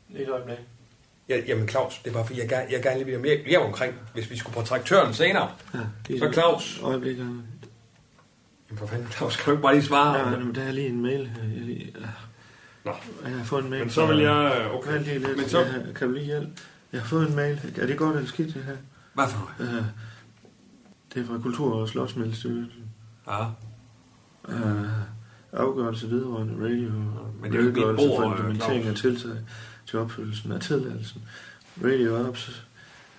S3: Lige et øjeblik.
S2: Ja, jamen Claus, det er bare fordi, jeg gerne, jeg gerne lige vil mere, mere omkring, hvis vi skulle på traktøren senere.
S3: lige
S2: Så Claus.
S3: Øjeblik.
S2: Jamen for fanden, Claus, kan du ikke bare lige svare?
S3: Ja, men der er lige en mail. her. Jeg, lige,
S2: Nå.
S3: jeg har fået en mail.
S2: Men så vil jeg...
S3: Okay.
S2: Okay,
S3: Lige lidt.
S2: men så...
S3: Kan du lige hjælpe? Jeg har fået en mail. Er det godt eller skidt, det her?
S2: Hvad for noget?
S3: Øh, det er fra Kultur- og Slottsmiddelstyrelsen.
S2: Ja.
S3: Øh, afgørelse vedrørende radio.
S2: men det er jo ikke mit
S3: Redegørelse
S2: bord,
S3: for
S2: øh,
S3: implementering af
S2: Claus.
S3: tiltag til opfyldelsen af tilladelsen. Radio Ops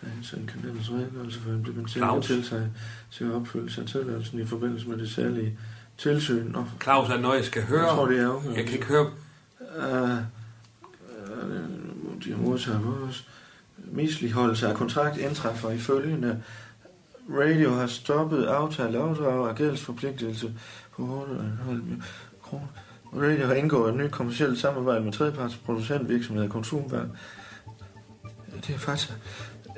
S3: øh, en kanalens redegørelse for implementering af
S2: Claus.
S3: tiltag til opfyldelse af tilladelsen i forbindelse med det særlige tilsyn. Og,
S2: Claus er noget, jeg skal høre.
S3: Jeg tror, det er afgørelse.
S2: Jeg kan ikke høre...
S3: øh, øh, de modtager vores misligeholdelse af kontrakt indtræffer i følgende. Radio har stoppet aftale afdrag af gældsforpligtelse på 8,5 kroner. Radio har indgået et nyt kommersielt samarbejde med tredjeparts producentvirksomheder og konsumværk. Det er faktisk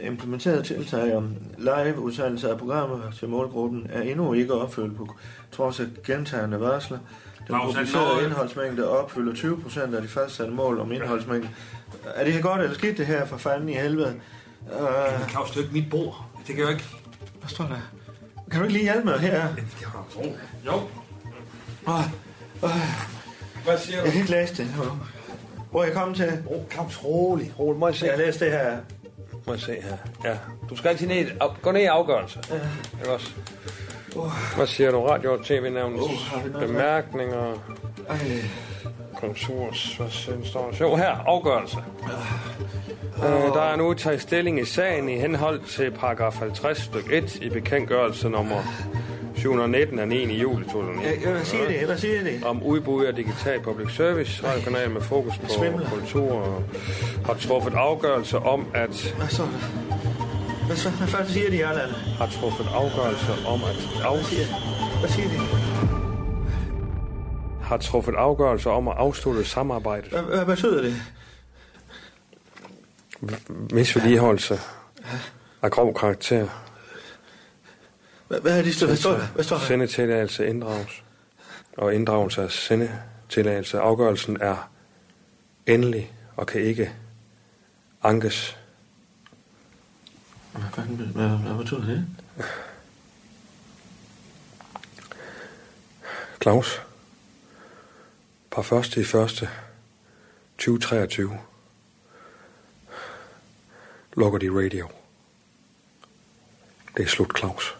S3: implementeret tiltag om live udsendelse af programmer til målgruppen er endnu ikke opfyldt på trods af gentagende varsler. Den
S2: Claus, han nåede-
S3: publicerede indholdsmængde opfylder 20% af de fastsatte mål om indholdsmængde. Er det her godt eller skidt det her for fanden i helvede? Uh,
S2: Claus, det er jo ikke mit bord. Det kan jeg jo ikke...
S3: hvad står der? Kan du ikke lige hjælpe mig her?
S2: Det altså kan jeg jo ikke. Jo.
S3: Åh, åh,
S2: Hvad siger du?
S3: jeg kan ikke læse det. Hvor er jeg kommet til?
S2: Oh, Claus, rolig. Rolig. Må jeg se?
S3: Jeg har læst det her.
S2: Må jeg se her. Ja. Du skal altid ned, af- gå ned i afgørelser. Ja. Ikke også? Hvad siger du? Radio og tv-nævnets
S3: Uh. har vi noget
S2: bemærkninger,
S3: Ej,
S2: konkurs, hvad sådan står der? Jo, her, afgørelse.
S3: Uh.
S2: Øh, der er nu taget stilling i sagen i henhold til paragraf 50 stykke 1 i bekendtgørelse nummer 719 af 9. juli 2009
S3: jeg- hvad siger det? Hvad siger det?
S2: om udbud af digital public service. Radiokanal med fokus på
S3: svimler.
S2: kultur og har truffet afgørelse om, at
S3: Hvad står der? Hvad, så- hvad fanden siger de i Irland?
S2: har truffet afgørelse om at afgive
S3: Hvad siger de?
S2: har truffet afgørelse om at afslutte samarbejdet.
S3: Hvad, hvad betyder det?
S2: Misvedligeholdelse af grov karakter.
S3: Hvad, hvad, er de, hvad står der? Hvad står der?
S2: Sendetilladelse inddrages. Og inddragelse af sendetilladelse. Afgørelsen er endelig og kan ikke ankes.
S3: Hvad, fanden, hvad, hvad betyder det?
S2: Claus. Par første i første 2023. Lukker de radio. Det er slut, Claus.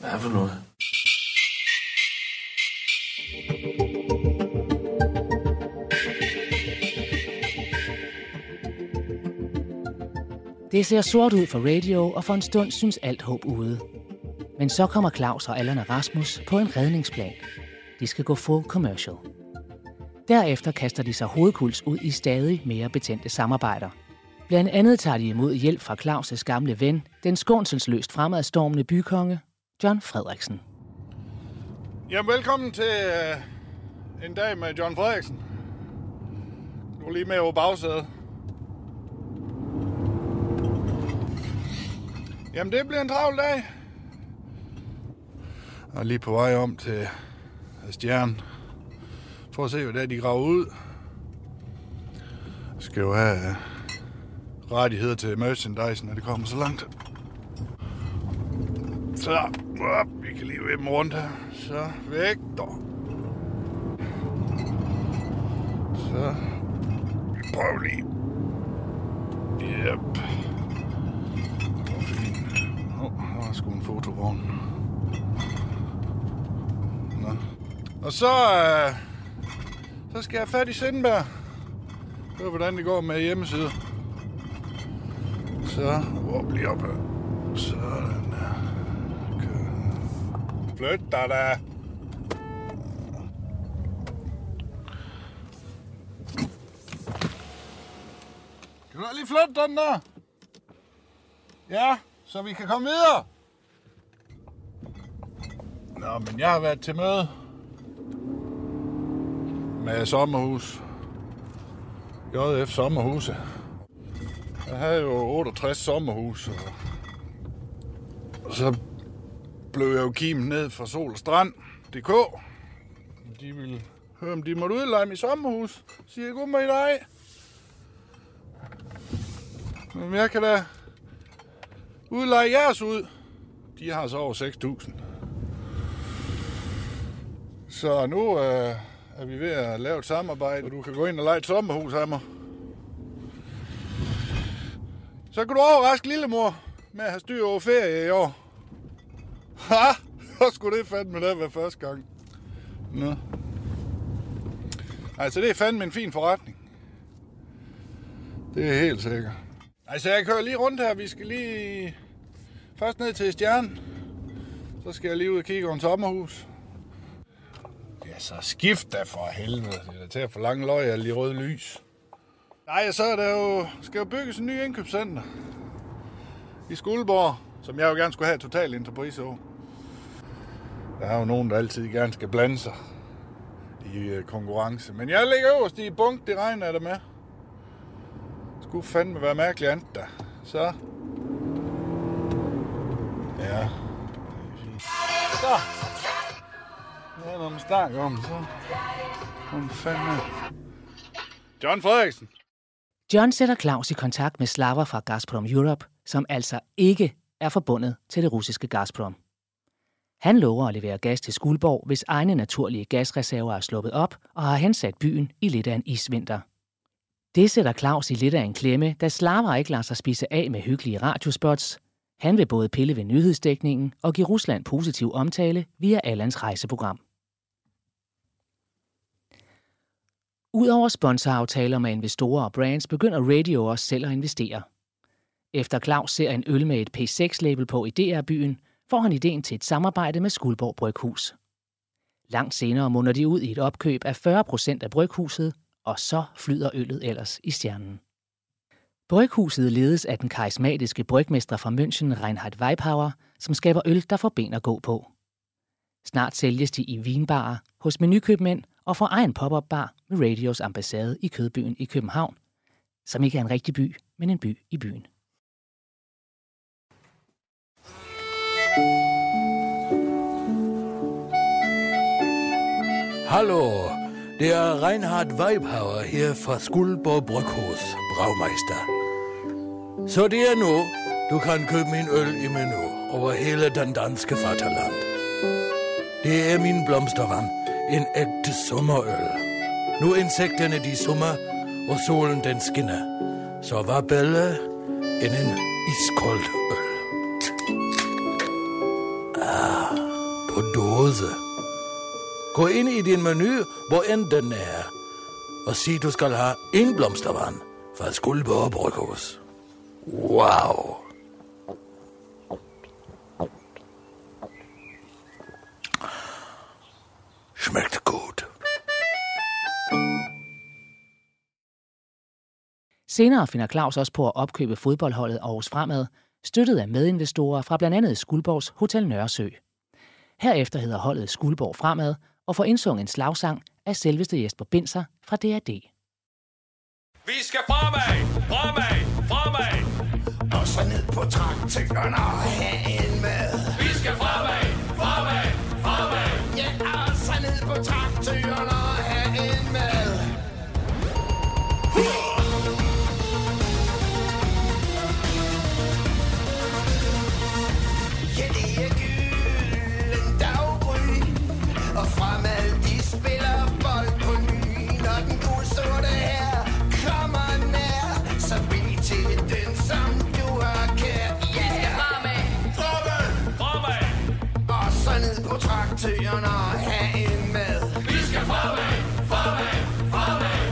S3: Hvad for noget?
S1: Det ser sort ud for radio, og for en stund synes alt håb ude. Men så kommer Claus og Allan og Rasmus på en redningsplan. De skal gå full commercial. Derefter kaster de sig hovedkuls ud i stadig mere betændte samarbejder. Blandt andet tager de imod hjælp fra Claus' gamle ven, den skånselsløst fremadstormende bykonge, John Frederiksen.
S12: Jamen, velkommen til øh, en dag med John Frederiksen. Du er lige med over bagsædet. Jamen, det bliver en travl dag. Jeg er lige på vej om til Stjernen. For at se, hvad det er, de graver ud. Jeg skal jo have øh, rettigheder til merchandise, når det kommer så langt. Så, op, vi kan lige vippe dem rundt her. Så, væk dog. Så, vi prøver lige. Yep. Det var fint. Åh, oh, der var sgu en fotovogn. Nå. Og så, øh, så skal jeg have fat i Sindberg. Hør, hvordan det går med hjemmeside. Så, hvor lige op her. Sådan der. Flyt dig da. Kan du da lige flytte den der? Ja, så vi kan komme videre. Nå, men jeg har været til møde med sommerhus. JF Sommerhuse. Jeg havde jo 68 sommerhus, og- og så blev jeg jo kimen ned fra Sol Strand. DK. De ville høre, om de måtte udleje mit sommerhus. Så Siger jeg, god med dig. Men jeg kan da udleje jeres ud. De har så over 6.000. Så nu øh, er vi ved at lave et samarbejde, og du kan gå ind og lege et sommerhus af mig. Så kan du overraske lillemor med at have styr over ferie i år. Ha! Så skulle det fandme da være første gang. Nå. Altså, det er fandme en fin forretning. Det er helt sikkert. Altså, jeg kører lige rundt her. Vi skal lige først ned til Stjernen. Så skal jeg lige ud og kigge over en sommerhus. Ja, så skift da for helvede. Det er da til at forlange løg af lige røde lys. Nej, så er der jo, skal jo bygges en ny indkøbscenter i Skuldborg, som jeg jo gerne skulle have total enterprise over. Der er jo nogen, der altid gerne skal blande sig i øh, konkurrence. Men jeg ligger øverst i bunk, det regner jeg da med. Skulle fandme være mærkeligt andet da. Så. Ja. Så. Ja, når man snakker om det, så. Hun fandme. John Frederiksen.
S1: John sætter Claus i kontakt med slaver fra Gazprom Europe, som altså ikke er forbundet til det russiske Gazprom. Han lover at levere gas til Skuldborg, hvis egne naturlige gasreserver er sluppet op og har hensat byen i lidt af en isvinter. Det sætter Claus i lidt af en klemme, da Slava ikke lader sig spise af med hyggelige radiospots. Han vil både pille ved nyhedsdækningen og give Rusland positiv omtale via Allans rejseprogram. Udover sponsoraftaler med investorer og brands, begynder Radio også selv at investere. Efter Claus ser en øl med et P6-label på i DR-byen, får han ideen til et samarbejde med Skuldborg Bryghus. Langt senere munder de ud i et opkøb af 40 procent af bryghuset, og så flyder øllet ellers i stjernen. Bryghuset ledes af den karismatiske brygmester fra München, Reinhard Weipauer, som skaber øl, der får ben at gå på. Snart sælges de i vinbarer, hos menukøbmænd og får egen pop-up bar med Radios ambassade i Kødbyen i København, som ikke er en rigtig by, men en by i byen.
S10: Hallo, det er Reinhard Weibhauer her fra Skuldborg Bryghus, Braumeister. Så det er nu, du kan købe min øl i menu over hele den danske fatterland. Det er min blomstervand, en ægte sommerøl. Nu insekterne de summer, og solen den skinner. Så var Belle en en iskold øl. Ah, på dåse. Gå ind i din menu, hvor end den er, og sig, du skal have en blomstervand fra Skuldborg Bryghus. Wow! Schmeckt gut.
S1: Senere finder Claus også på at opkøbe fodboldholdet Aarhus Fremad, støttet af medinvestorer fra blandt andet Skuldborgs Hotel Nørresø. Herefter hedder holdet Skuldborg Fremad og får indsunget en slagsang af selveste Jesper Binser fra DRD.
S5: Vi skal fremad, fremad, fremad. Og så ned på traktoren og have en med. Vi skal fremad, fremad, fremad. Ja, og så ned på traktoren og have en med. Ja, det er gylden daggry. Og fremad, de spiller bold på ny. Når den gule sorte her kommer nær, så bliv til den, som du har kær. Yeah! Fremad, fremad, fremad. Og så ned på traktøren og have en med. Vi skal fremad, fremad, fremad.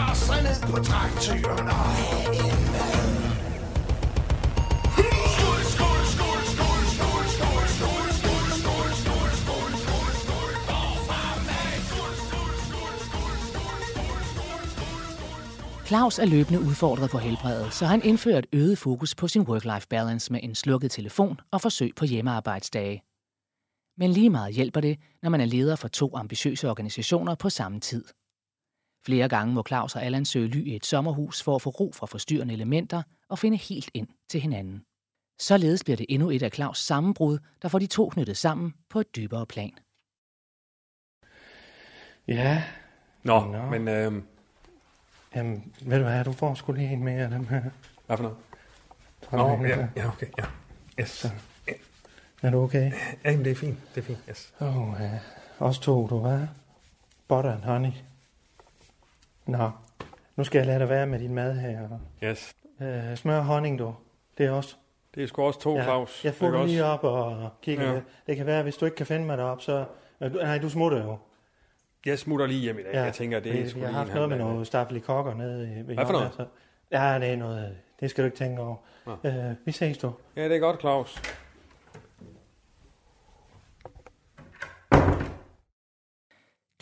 S5: Og så ned på traktøren og have en med. Skål, skål, skål, skål, skål, skål, skål, skål, skål, skål, skål, skål, skål. Og fremad, skål, skål, skål, skål, skål, skål, skål, skål.
S1: Claus er løbende udfordret på helbredet, så han indfører et øget fokus på sin work-life balance med en slukket telefon og forsøg på hjemmearbejdsdage. Men lige meget hjælper det, når man er leder for to ambitiøse organisationer på samme tid. Flere gange må Claus og Allan søge ly i et sommerhus for at få ro fra forstyrrende elementer og finde helt ind til hinanden. Således bliver det endnu et af Claus' sammenbrud, der får de to knyttet sammen på et dybere plan.
S3: Ja.
S2: Nå, Nå. men... Øh,
S3: Jamen, ved du hvad, du får sgu lige en mere af dem her.
S2: hvad for noget?
S3: Sådan
S2: Nå,
S3: her.
S2: ja, ja, okay, ja. Yes.
S3: Er du okay?
S2: Jamen, det er fint, det er fint, yes.
S3: Åh, oh, ja. Os to, du er. Butter and honey. Nå, nu skal jeg lade dig være med din mad her.
S13: Yes.
S3: Øh, smør og honning, du. Det er også.
S13: Det er sgu også to, Claus.
S3: Jeg får
S13: Ikke
S3: det lige
S13: også?
S3: op og kigger.
S13: Ja.
S3: Ja. Det kan være, at hvis du ikke kan finde mig deroppe, så... Øh, du- Nej, du smutter jo.
S13: Jeg smutter lige hjem i dag. Jeg tænker, det er sgu
S3: Jeg
S13: lige
S3: har haft
S13: en
S3: noget med
S13: halv dag.
S3: noget staffelikokker nede i...
S13: Hvad for noget?
S3: Så, ja, det er noget... Det skal du ikke tænke over.
S13: Nå.
S3: Øh, vi ses, du.
S13: Ja, det er godt, Claus.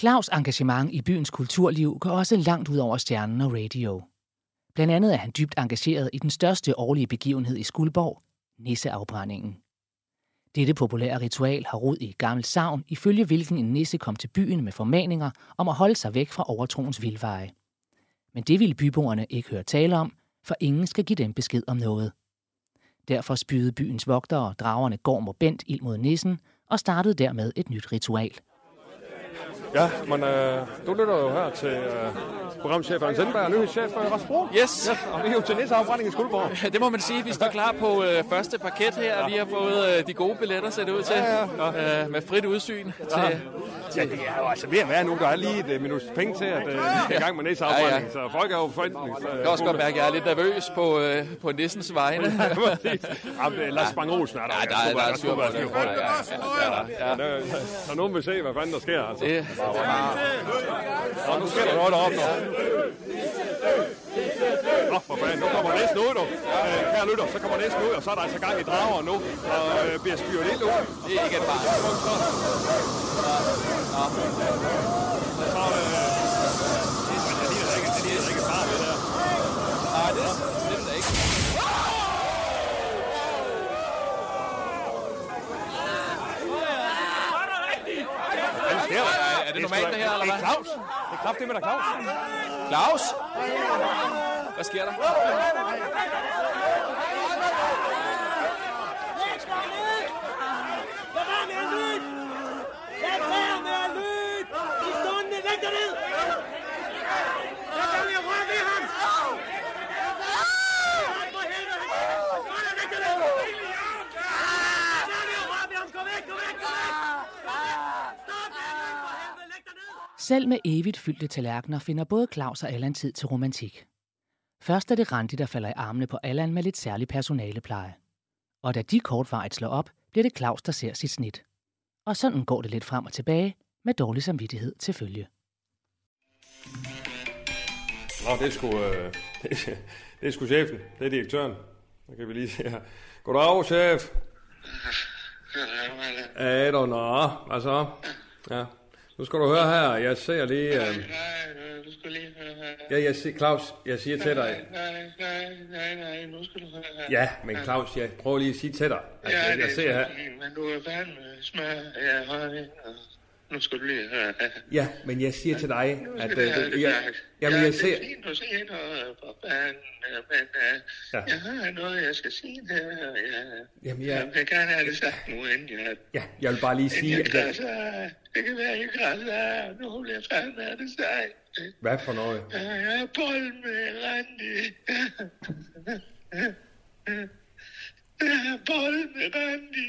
S1: Claus' engagement i byens kulturliv går også langt ud over stjernen og radio. Blandt andet er han dybt engageret i den største årlige begivenhed i Skuldborg, nisseafbrændingen. Dette populære ritual har rod i gammel savn, ifølge hvilken en nisse kom til byen med formaninger om at holde sig væk fra overtroens vildveje. Men det ville byboerne ikke høre tale om, for ingen skal give dem besked om noget. Derfor spydede byens vogtere dragerne Gorm og Bent ild mod nissen og startede dermed et nyt ritual.
S2: Ja, men øh, du lytter jo her til øh, programchef Hans Sindberg og nyhedschef øh, Rasmus Bro.
S7: Yes.
S2: yes. Og vi er jo til nisseafbrænding i Skuldborg.
S7: Ja, det må man sige. Vi står klar på øh, første parket her. Vi har fået øh, de gode billetter set ud til.
S2: Ja,
S7: Øh, med frit udsyn
S2: Ja.
S7: til...
S2: Ja, det er jo altså ved at være nu. Der er lige et øh, minut penge til, at øh, vi er i gang med nisseafbrænding. Ja, ja. [LAUGHS] Så folk er jo forventning. Så,
S7: Ah! Jeg kan også godt mærke, at jeg er lidt nervøs på, øh, på nissens
S2: [LAUGHS]
S7: vegne.
S2: Ja, præcis. Jamen, det er Ah, Lars Bang Olsen er der.
S7: Ja, der er- der er styr på det. Ja, ja,
S2: Ja, der er- Så nogen vil se, hvad fanden der sker. Altså.
S7: Det,
S2: Og nu sker der noget deroppe. nu. Nå, for fanden, nu kommer næsten ud, du. Øh, kære lytter, så kommer næsten ud, og så er der altså gang i drager nu, og øh, bliver spyret helt ud.
S7: Det er ikke et barn.
S2: øh, Er
S7: det normalt, det her, eller hvad?
S2: Det er Claus. Det er kraftigt med der Claus.
S7: Claus! Hvad sker der?
S1: Selv med evigt fyldte tallerkener finder både Claus og Allan tid til romantik. Først er det Randi, der falder i armene på Allan med lidt særlig personalepleje. Og da de kortvarigt slår op, bliver det Claus, der ser sit snit. Og sådan går det lidt frem og tilbage, med dårlig samvittighed til følge.
S2: Nå, det er sgu, øh, [LAUGHS] det, det er sgu chefen. Det er direktøren. Der kan vi lige se her. Goddag, chef. Ja, du nå. Hvad så? Ja. Nu skal du høre her. Jeg ser lige... Øh... Ja, jeg siger, Claus, jeg siger til dig...
S5: Nej, nej, nej, nej, nu skal du høre her.
S2: Ja, men Claus, jeg prøver lige at sige til dig. at
S10: Altså,
S5: Ja,
S2: jeg, jeg
S5: det
S2: ser her.
S5: Men du er vand med smør, ja, høj. Nu skal du lige øh, høre her.
S2: Ja, men jeg siger til dig,
S5: Nu
S2: at...
S5: skal du
S2: Øh,
S5: høre
S2: det-
S5: det
S2: jeg,
S5: klart.
S2: jamen,
S5: ja,
S2: jeg ser...
S5: Det er fint, du siger noget på banen, men uh,
S2: Ja.
S5: ja. jeg har noget, jeg skal sige til dig. Ja.
S2: Jamen, jeg-
S5: jeg vil gerne have det sagt nu, inden jeg...
S2: Ja, jeg vil bare lige sige,
S5: Inden jeg
S2: at jeg,
S5: krasser af. Det kan være, at jeg krasser af. Nu bliver jeg fandme af det sejt.
S2: Hvad for noget?
S5: Ja, Jeg er bold med Randi. [LAUGHS] Jeg er bold med Randi.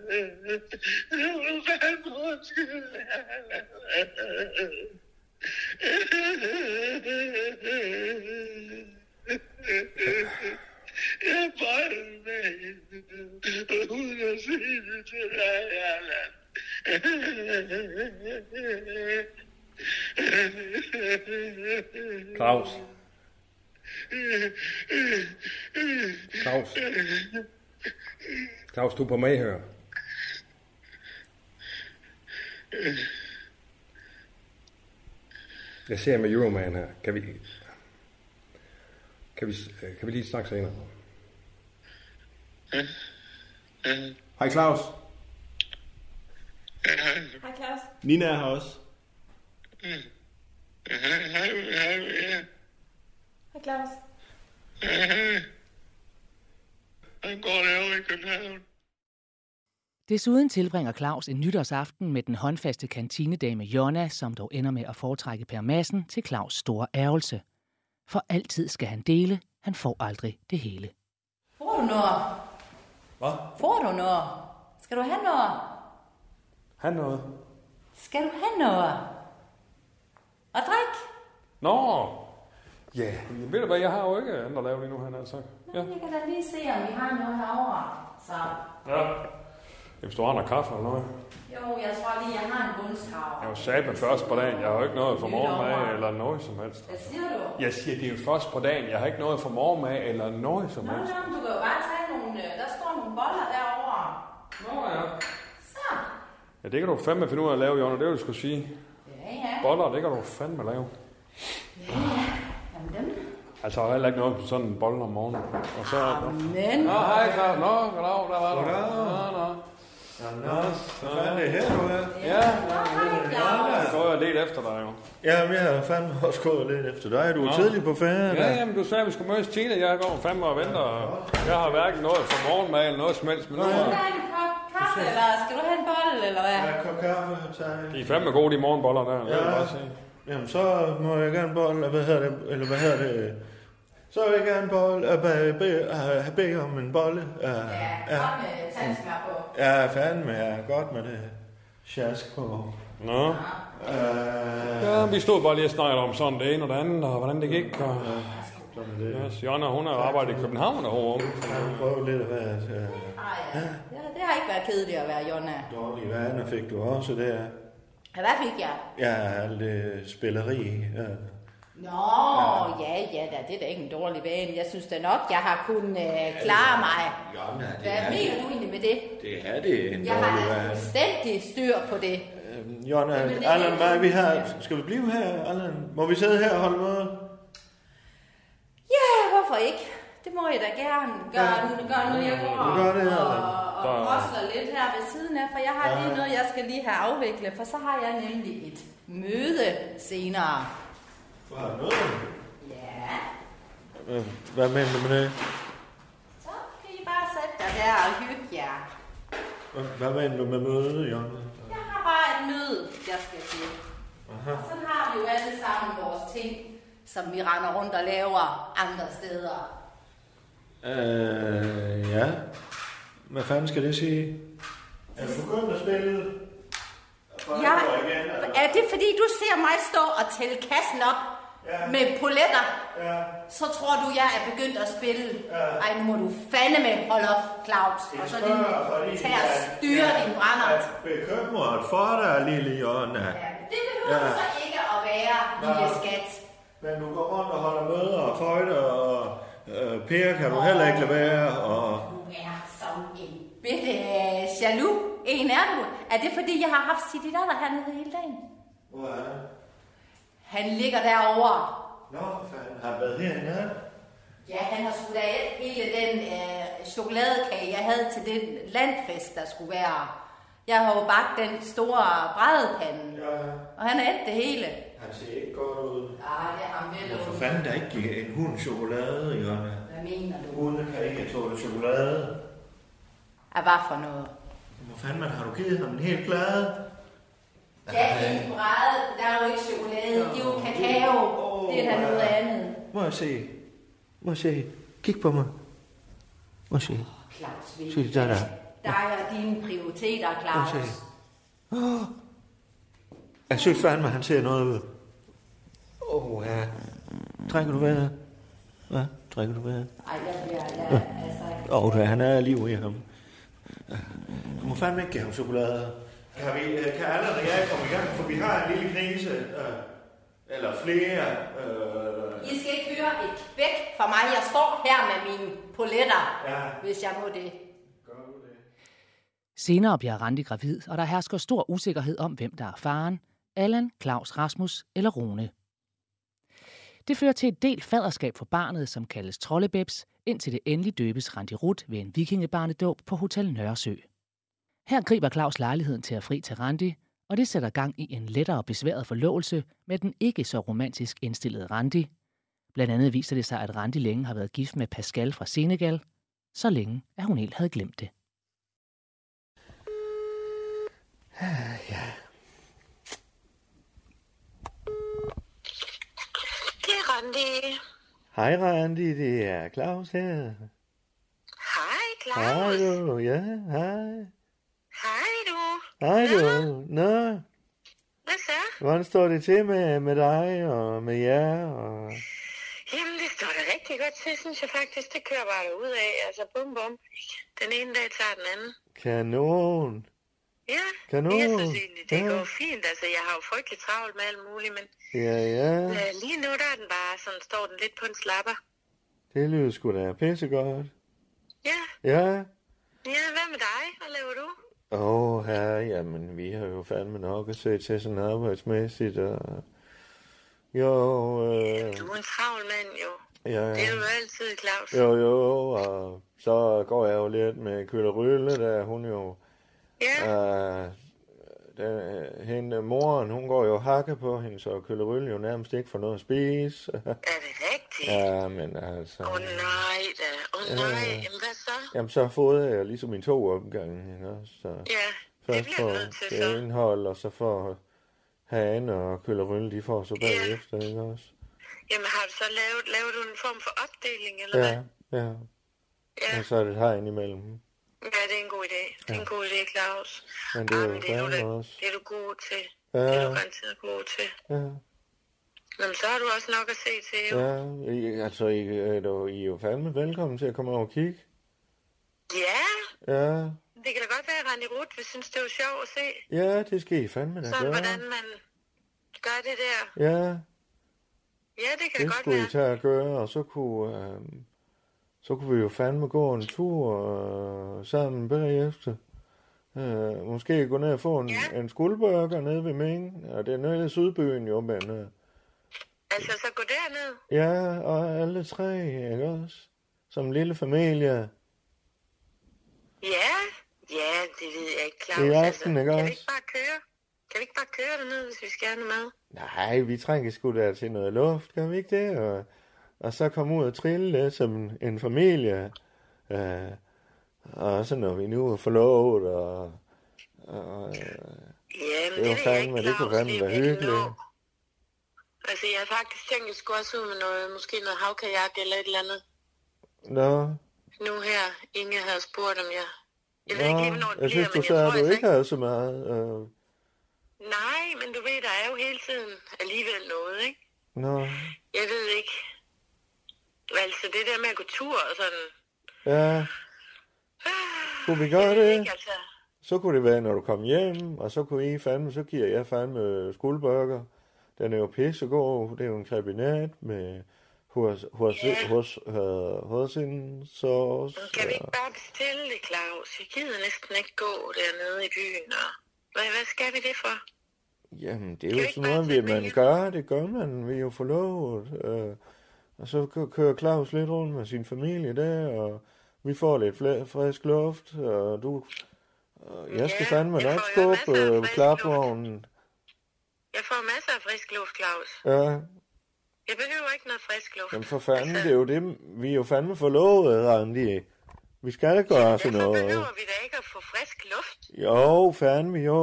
S5: Nu er du fandme undskyld. Jeg er bold med hende. Uden at sige det til dig, Allan.
S2: Claus. Claus. Claus, du er på mig her. Jeg ser med Euroman her. Kan vi... Kan vi, øh, kan vi lige snakke senere? Hej Claus.
S14: Hej Claus.
S15: Nina er her også.
S5: Mm.
S14: Hej Claus.
S5: Hvordan går det over i København?
S1: Desuden tilbringer Claus en nytårsaften med den håndfaste kantinedame Jonna, som dog ender med at foretrække Per Madsen til Claus' store ærgelse. For altid skal han dele, han får aldrig det hele.
S14: Hvor er du når?
S10: Hvad?
S14: Får du noget? Skal du have noget?
S10: Han noget?
S14: Skal du have noget? Og drik?
S10: Nå! Ja. Yeah. Ved du hvad, jeg har jo ikke andet at lave lige nu, han har sagt. Ja.
S14: Jeg kan da lige se, om vi har noget herovre. Så.
S10: ja. Jamen, står han har kaffe eller noget?
S14: Jo, jeg tror lige, jeg har en bundskrav.
S10: Jeg er jo satme først på dagen. Jeg har jo ikke noget for morgenmad eller noget som helst.
S14: Hvad siger du?
S10: Jeg siger, det er jo først på dagen. Jeg har ikke noget for morgenmad eller noget som
S14: Nå,
S10: helst.
S14: nå, du kan jo bare tage nogle... øh, Der står nogle boller derovre.
S10: Nå ja.
S14: Så.
S10: Ja, det kan du fandme finde ud af at lave, Jonna. Det vil jeg skulle sige.
S14: Ja, ja.
S10: Boller, det kan du fandme lave.
S14: Ja, ja. Jamen dem.
S10: Altså, jeg har heller ikke noget på sådan en bolle om morgenen. Og så...
S14: Amen.
S10: Nå, hej, Karl. Nå, goddag, der var du. Nå, nå.
S3: Ja, nå. Hvad fanden er det her, du er?
S10: Ja. Jeg går jeg lidt efter dig, jo.
S3: Jamen, jeg har fandme også gået lidt efter dig. Du er
S10: Nå.
S3: tidlig på ferien.
S10: Ja, jamen, du sagde, at vi skulle mødes tidligt. Jeg går fandme og venter. og Jeg har hverken noget for morgenmad eller noget som helst. Men nu
S14: Skal du
S10: er...
S14: have en kop kaffe, eller skal du have en bolle, eller hvad?
S3: Ja, kop kaffe, tak.
S10: De er fandme gode, de morgenboller der. det vil jeg
S3: Ja.
S10: bare sige.
S3: Jamen, så må jeg gerne bolle, hvad hedder det, eller hvad hedder det, så vil jeg gerne bolle, og be, be, øh, bede om en bolle. Ja, ja.
S14: Kom med tandsmør på.
S3: Ja, fanden med jer. Godt med det sjask på. Øh,
S10: Nå. Ja, vi stod bare lige og snakkede om sådan det ene og det andet, og hvordan det gik. Og... Yes, Jonna, hun har arbejdet i København og hårdt.
S3: Jeg prøver lidt at være øh,
S14: Ja, det har ikke været kedeligt at være Jonna.
S3: dårlig vaner, fik du også der.
S14: Hvad fik jeg?
S3: Ja, alt det spilleri. Ja.
S14: Nå, ja, ja, da, det er da ikke en dårlig vane. Jeg synes da nok, jeg har kunnet øh, klare mig.
S3: Jonna,
S14: Hvad mener du egentlig med det?
S3: det er det en
S14: Jeg har
S3: dårlig vane.
S14: fuldstændig styr på det.
S3: Øhm, Jonna,
S14: Jamen, det er
S3: Allan,
S14: ikke-
S3: hvad er vi her? Skal vi blive her, Allan? Må vi sidde her og holde møde?
S14: Ja, hvorfor ikke? Det må jeg da gerne gøre, ja. gøre nu. Jeg går
S3: Du gør det,
S14: og,
S3: Allan.
S14: og, og rosler lidt her ved siden af, for jeg har
S3: Ja.
S14: lige noget, jeg skal lige have afviklet, for så har jeg nemlig et møde senere.
S3: Du har møde?
S14: Ja,
S3: Øh, Hvad mener du med det?
S14: så kan I bare sætte jer der og hygge jer.
S3: Hvad- Hvad mener du med møde, Jonna?
S14: Jeg har bare et møde, jeg skal til.
S3: Aha.
S14: Og så har vi jo alle sammen vores ting, som vi render rundt og laver andre steder.
S3: Øh, ja. Hvad fanden skal det sige? Er du begyndt at spille?
S14: Ja, er det fordi, du ser mig stå og tælle kassen op ja. med poletter?
S3: Ja.
S14: Så tror du, jeg er begyndt at spille. Ja. Ej, nu må du fandme med holde op, Claus. Og så lige tage og styre din brænder.
S3: Bekymret for dig, lille Jonna.
S14: Det behøver
S3: Ja.
S14: ja. så ikke at være, lille skat.
S3: Men du går rundt og holder møder og føjter og øh, Per kan du heller ikke lade være. Og...
S14: Du er som en bitte øh, jaloux. En er du. Er det fordi, jeg har haft sit datter hernede hele dagen?
S3: Hvor er han?
S14: Han ligger derovre.
S3: Nå, for fanden. Har han været herinde? ja?
S14: Ja, han har skudt af hele den øh, chokoladekage, jeg havde til den landfest, der skulle være. Jeg har jo bagt den store brædepande,
S3: ja.
S14: og han har ædt det hele.
S3: Han ser ikke godt ud.
S14: Ah, det har han vel
S3: Hvorfor
S14: ondt.
S3: fanden der ikke give en hund chokolade, Jonna?
S14: Hvad mener du?
S3: Hunde kan ikke tåle chokolade.
S14: Ah, hvad for noget?
S3: Hvor fanden man har du givet ham en hel plade?
S14: Ja, en bræde, der er jo ikke chokolade, det er jo kakao. Det er da noget andet.
S3: Må jeg se? Må jeg se? Kig på mig. Må jeg se?
S14: Claus
S3: Se det der, der.
S14: Dig og dine prioriteter, Claus.
S3: Okay. Åh. Jeg synes fandme, han ser noget ud. Åh, oh, ja. Trækker du vejret? Hvad? Trækker du vejret?
S14: Ej, jeg bliver... Jeg,
S3: Ja.
S14: altså,
S3: Åh, oh, han er liv i ham. Du må fandme ikke give ham chokolade. Kan, vi, øh, kan alle og jeg komme i gang? For vi har en lille krise. Øh, eller flere. Øh,
S14: I skal ikke høre et kvæk fra mig. Jeg står her med mine poletter,
S3: Ja.
S14: hvis jeg må det.
S1: Senere bliver Randi gravid, og der hersker stor usikkerhed om, hvem der er faren, Allan, Claus Rasmus eller Rune. Det fører til et del faderskab for barnet, som kaldes troldebebs, indtil det endelig døbes Randi Rut ved en vikingebarnedåb på Hotel Nørresø. Her griber Claus lejligheden til at fri til Randi, og det sætter gang i en lettere besværet forlovelse med den ikke så romantisk indstillede Randi. Blandt andet viser det sig, at Randi længe har været gift med Pascal fra Senegal, så længe at hun helt havde glemt det.
S16: Det er Randi.
S3: Hej Randi, det er Claus her.
S16: Hej,
S3: Hej du, ja, hej.
S16: Hej du.
S3: Hej du, nå.
S16: Hvad så?
S3: Hvordan står det til med, med dig og med jer? Og...
S16: Jamen, det står da rigtig godt til, synes jeg faktisk. Det kører bare ud af. Altså, bum bum. Den ene dag tager den anden.
S3: Kanon.
S16: Ja,
S3: Kanon.
S16: jeg synes egentlig, det
S3: Ja.
S16: går fint. Altså, jeg har jo frygtelig travlt med alt muligt, men
S3: Ja, ja.
S16: øh, lige nu, der er den bare sådan, står den lidt på en slapper.
S3: Det lyder sgu da pissegodt.
S16: Ja,
S3: Ja.
S16: ja hvad med dig? Hvad laver du?
S3: Åh, oh, herre, jamen, vi har jo fandme nok at se til sådan arbejdsmæssigt, og... Jo, øh...
S16: Du er en travl mand, jo.
S3: Ja, ja.
S16: Det er du altid, Claus.
S3: Jo, jo, og så går jeg jo lidt med Kølle Rylle, der hun jo... Ja. Øh, den, øh, hende, moren, hun går jo hakke på hende, så Kølle Rylle jo nærmest ikke får noget at spise. Er det rigtigt? Ja, men altså... Åh oh, nej
S16: da, åh oh, nej, jamen hvad så?
S3: Jamen så fodrer jeg ligesom i to omgange, ikke også? Så ja, først får det indhold, og så får han og Kølle Rylle, de får så bagefter, ikke også?
S16: Jamen har du så lavet, laver du en form for opdeling, eller hvad?
S3: Ja, ja.
S16: Ja.
S3: Og så er det her indimellem.
S16: Ja, det er en god idé. Det er en god idé, Claus.
S3: Men det er jo
S16: det er, du,
S3: fandme
S16: da-
S3: også.
S16: det er du god til.
S3: Ja.
S16: Det er du garanteret god til.
S3: Ja.
S16: Jamen, så har du også nok at se til, jo.
S3: Ja, I, altså, I, er jo- I er jo fandme velkommen til at komme over og kigge.
S16: ja.
S3: Ja,
S16: Det kan da godt være, at Randi Ruth vil synes, det var sjovt at se,
S3: ja, det skal I fandme da
S16: sådan,
S3: gøre.
S16: hvordan man gør det
S3: altså,
S16: der.
S3: Ja,
S16: Ja, det kan da
S3: det
S16: godt
S3: skulle I
S16: være.
S3: tage og gøre, og så kunne, øh, så kunne vi jo fandme gå en tur øh, sammen bagefter. Øh, måske gå ned og få en, ja. en skuldburger nede ved Ming, og det er nede i Sydbyen jo, men... Øh,
S16: Altså, så gå derned.
S3: ja, og alle tre, ikke også? Som en lille familie.
S16: Ja, ja, det ved jeg ikke, Claus.
S3: I aften, ikke
S16: altså, kan
S3: også?
S16: vi ikke bare køre? Kan vi ikke bare køre derned, hvis vi skal have noget mad?
S3: Nej, vi trænger sgu da til noget luft, kan vi ikke det? Og, og så komme ud og trille lidt som en, en familie. Øh, og så når vi nu er forlovet, og... og øh,
S16: Jamen,
S3: det, var
S16: det ved jeg
S3: fandme, det kunne fandme være hyggeligt.
S16: Altså, jeg har faktisk tænkt, at vi skulle også ud med noget, måske noget havkajak eller et eller andet.
S3: Nå,
S16: Nu her, Inge havde spurgt, om jeg... Jeg ved
S3: nå,
S16: ikke lige, hvornår det
S3: jeg synes,
S16: bliver,
S3: du
S16: men jeg
S3: sagde,
S16: tror
S3: at du
S16: altså
S3: ikke havde så meget. Øh,
S16: Nej, men du ved, der er jo hele tiden alligevel noget, ikke?
S3: nå,
S16: Jeg ved ikke. Altså, det der med at gå tur og sådan...
S3: ja. Kunne vi gøre det?
S16: altså.
S3: Så kunne det være, når du kom hjem, og så kunne I fandme, så giver jeg fandme øh, skuldburger. Den er jo pissegod, det er jo en kabinat med hos, hos, hos, øh, hos en sauce.
S16: Kan vi ikke bare bestille det, Claus? Jeg gider næsten ikke gå dernede i byen, og... Hvad, hvad skal vi det for?
S3: Jamen, det er jo sådan noget, vi, man gør, det gør man, vi er jo forlovet. Øh, og så kø- kører Claus lidt rundt med sin familie der, og vi får lidt fla- frisk luft, og du... Og jeg skal fandme nok skubbe øh, klapvognen.
S16: Jeg får masser af frisk luft, Claus.
S3: Ja,
S16: Jeg behøver ikke noget frisk luft. Altså-
S3: Jamen for fanden, det er jo det, vi er jo fandme forlovet, Randi. Vi skal da gøre sådan noget.
S16: Behøver vi da ikke at få frisk luft?
S3: Jo, fandme jo.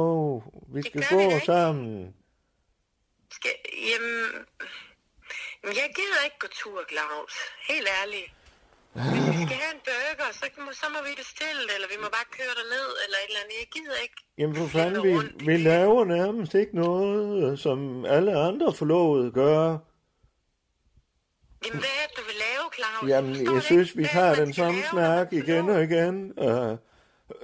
S3: Vi skal gå sammen.
S16: Skal... Jamen... jamen, Jeg gider ikke gå tur, Claus. Helt ærligt. Hvis vi skal have en burger, så, må, så må vi bestille det, eller vi må bare køre derned, eller et eller andet. Jeg gider ikke.
S3: Jamen for fanden, vi, vi laver nærmest ikke noget, som alle andre forlovede gør.
S16: Jamen, hvad er det, du vil lave, Claus?
S3: Jamen, jeg synes, vi har den samme snak igen og igen. Uh,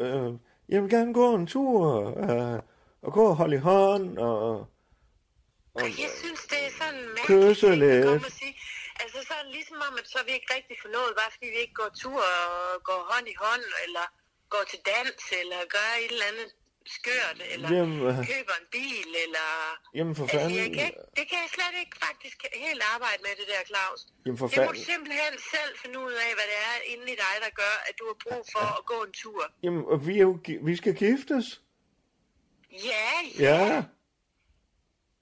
S3: uh, jeg vil gerne gå en tur, uh, og gå og holde i hånd, og, og
S16: Jeg synes, det er sådan mærkeligt
S3: kysse
S16: ting at
S3: lidt.
S16: komme og sige. Altså, så er det ligesom om, at så er vi ikke rigtig forlovet, bare fordi vi ikke går tur og går hånd i hånd, eller går til dans, eller gør et eller andet skørt, eller
S3: Jamen, øh.
S16: køber en bil, eller...
S3: Jamen, for
S16: altså, jeg
S3: fanden.
S16: kan ikke, det kan jeg slet ikke faktisk helt arbejde med, det der, Claus.
S3: Jamen, for
S16: det må
S3: fanden.
S16: du simpelthen selv finde ud af, hvad det er inde i dig, der gør, at du har brug for at gå en tur.
S3: Jamen, og vi, er jo, gi- vi skal giftes.
S16: Ja,
S3: Ja.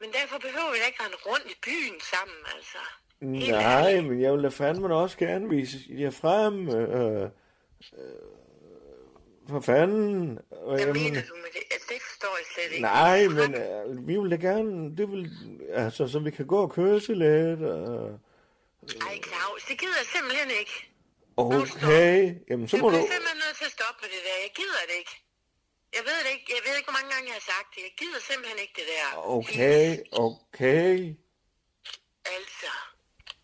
S16: men derfor behøver vi da ikke rende rundt i byen sammen, altså.
S3: Nej, men jeg vil da fandme da også gerne vise jer frem. Øh, øh, for fanden. Hvad jamen, mener du med det? Altså, det forstår jeg slet ikke. Nej, men øh, vi vil da gerne, det vil, altså, så vi kan gå og kysse lidt. øh. Og,
S16: Ej, Claus, det gider jeg simpelthen ikke.
S3: Okay, jamen så må du...
S16: Jeg er simpelthen nødt til at stoppe med det der. Jeg gider det ikke. Jeg ved det ikke. Jeg ved ikke, hvor mange gange jeg har sagt det. Jeg gider simpelthen ikke det der.
S3: Okay, okay.
S16: Altså,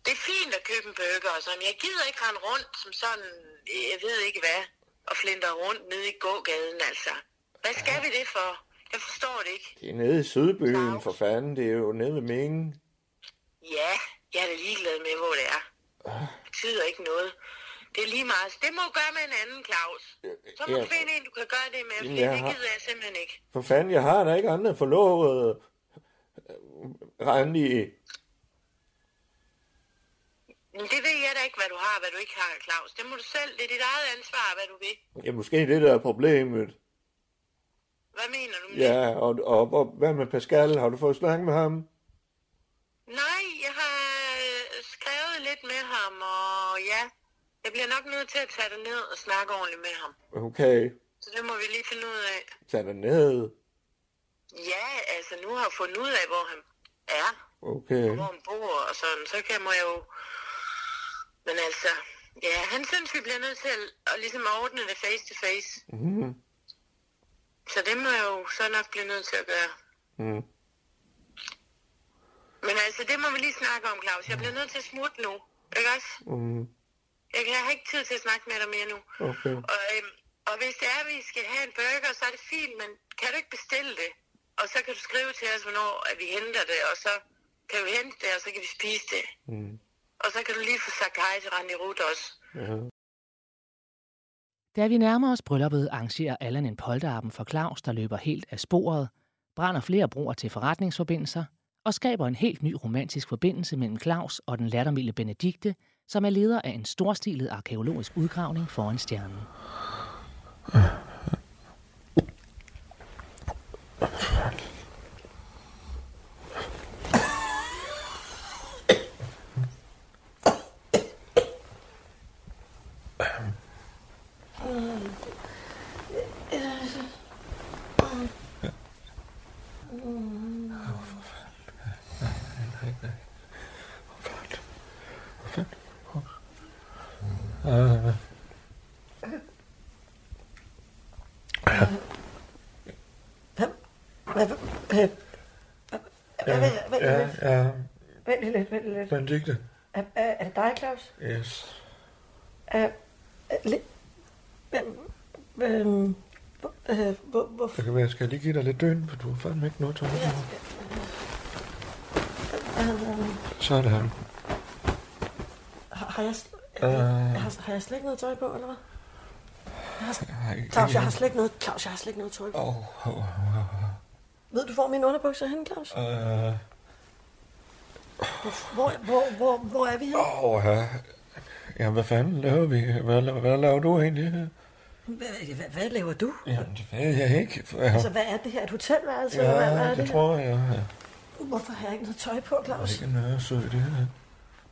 S16: det er fint at købe en burger og sådan. Jeg gider ikke rende rundt som sådan, jeg ved ikke hvad, og flinter rundt nede i gågaden, altså. Hvad skal vi det for? Jeg forstår det ikke.
S3: Det er nede i Sydbyen, for fanden. Det er jo nede ved Mingen.
S16: Ja, jeg er da ligeglad med, hvor det er. Det betyder ikke noget. Det er lige meget. Det må du gøre med en anden, Claus. Så må du
S3: ja.
S16: finde en, du kan gøre det med, fordi
S3: Jamen, jeg
S16: det
S3: har-
S16: gider jeg simpelthen ikke.
S3: For fanden, jeg har da ikke øh, andet forlovet. Randi.
S16: Men det ved jeg da ikke, hvad du har, og hvad du ikke har, Claus. Det må du selv. Det er dit eget ansvar, hvad du vil.
S3: Ja, måske det der er problemet.
S16: Hvad mener du?
S3: Ja, og, og, og hvad med Pascal? Har du fået snakket med ham?
S16: Nej, jeg har øh, skrevet lidt med ham, og ja, jeg bliver nok nødt til at tage det ned og snakke ordentligt med ham.
S3: Okay,
S16: Så det må vi lige finde ud af.
S3: tag dig ned.
S16: Ja, altså nu har jeg fundet ud af, hvor han er, og
S3: Okay.
S16: hvor han bor og sådan, så kan må jeg jo... Men altså, ja, han synes, vi bliver nødt til at, at ligesom ordne det face to face.
S3: Mm.
S16: Så det må jeg jo så nok blive nødt til at gøre.
S3: Mm.
S16: Men altså, det må vi lige snakke om, Claus. Jeg bliver nødt til at smutte nu, ikke også?
S3: Mm.
S16: Jeg, kan- jeg har ikke tid til at snakke med dig mere nu.
S3: Okay.
S16: Og, øhm, og hvis det er, at vi skal have en burger, så er det fint, men kan du ikke bestille det? Og så kan du skrive til os, hvornår at vi henter det, og så kan vi hente det, og så kan vi spise det.
S3: Mm.
S16: Og så kan du lige få sagt hej til Randi Ruth også.
S3: Ja.
S1: Da vi nærmer os brylluppet, arrangerer Allan en polterappen for Claus, der løber helt af sporet, brænder flere broer til forretningsforbindelser og skaber en helt ny romantisk forbindelse mellem Claus og den lattermilde Benedikte, som er leder af en storstilet arkeologisk udgravning foran stjernen.
S5: Uh,
S17: Hvad, hvad,
S3: Ja,
S17: hvad-
S3: ja, ja.
S17: vent lige lidt, vent lige lidt.
S3: Benedikte.
S17: Er, er, er det dig, Claus?
S3: Yes.
S17: Er, er, li- hvem- hvem- hvor- øh, hvor- hvorfor?
S3: Det kan være, jeg skal lige give dig lidt døgn, for du har fandme ikke noget tøj. på. Sådan.
S17: Har, har jeg, sl-
S3: Øh.
S17: jeg har, har jeg slet ikke noget tøj på, eller hvad? Jeg har,
S3: ikke-
S17: Claus, jeg har slet ikke noget, Claus, jeg har slet ikke noget tøj på.
S3: Åh, åh, åh, åh.
S17: Ved du, hvor mine underbukser er henne, Claus?
S3: Øh,
S17: Hvor, hvor, hvor, hvor, hvor er vi henne?
S3: Åh, ja. Ja, hvad fanden laver vi? Hvad, la- hvad laver du egentlig her?
S17: Hvad, hvad, hvad laver du?
S3: Jamen, det ved jeg ikke. Ja,
S17: Altså, hvad er det her? Et hotelværelse? eller hvad, hvad
S3: ja
S17: er
S3: det
S17: det
S3: tror jeg. Ja.
S17: her? Hvorfor har jeg ikke noget tøj på,
S3: Det
S17: Claus?
S3: er ikke Nørresø, det her.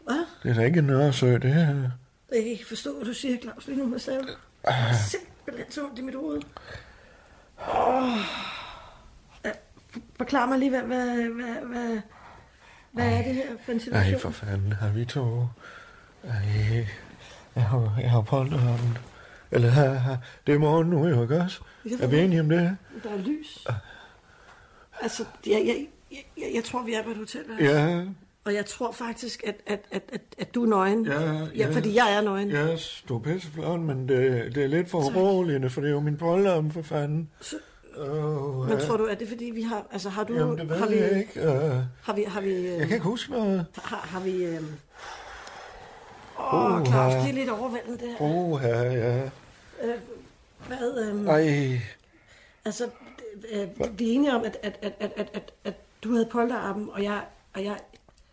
S17: Hvad?
S3: Det er da ikke Nørresø, det her.
S17: Jeg kan ikke forstå, hvad du siger, Claus, lige nu med selv. Simpelthen så ondt i mit hoved. Oh. Forklar mig lige, hvad, hvad, hvad, hvad, hvad er det her for en situation?
S3: Nej, for fanden, har vi to... Ej, jeg har, jeg har polterappen. Eller ha, ha, det er morgen nu, jo, ikke også?
S17: Jeg ved
S3: Er vi
S17: det.
S3: enige om det?
S17: Der er lys. Altså, jeg, jeg, jeg, jeg, jeg tror, vi er på et hotel.
S3: Ja.
S17: Og jeg tror faktisk, at, at, at, at, at du er nøgen.
S3: Ja,
S17: ja. fordi jeg er nøgen.
S3: Ja, yes, du er pisseflot, men det, det er lidt for uroligende, for det er jo min polterappen, for fanden. Oh,
S17: Men tror du, er det fordi, vi har... Altså, har du...
S3: Jamen, det ved
S17: har vi,
S3: jeg ikke. Uh,
S17: Har vi... Har vi øh,
S3: jeg kan ikke huske noget.
S17: Har, har vi... Åh, øhm...
S3: Åh,
S17: oh, Claus,
S3: ja.
S17: det er lidt overvældende, det her.
S3: Åh, ja, ja.
S17: Øh, hvad... Øhm...
S3: Ej,
S17: Altså, øh, vi er enige om, at, at, at, at, at, at, at du havde polterappen, og jeg... Og jeg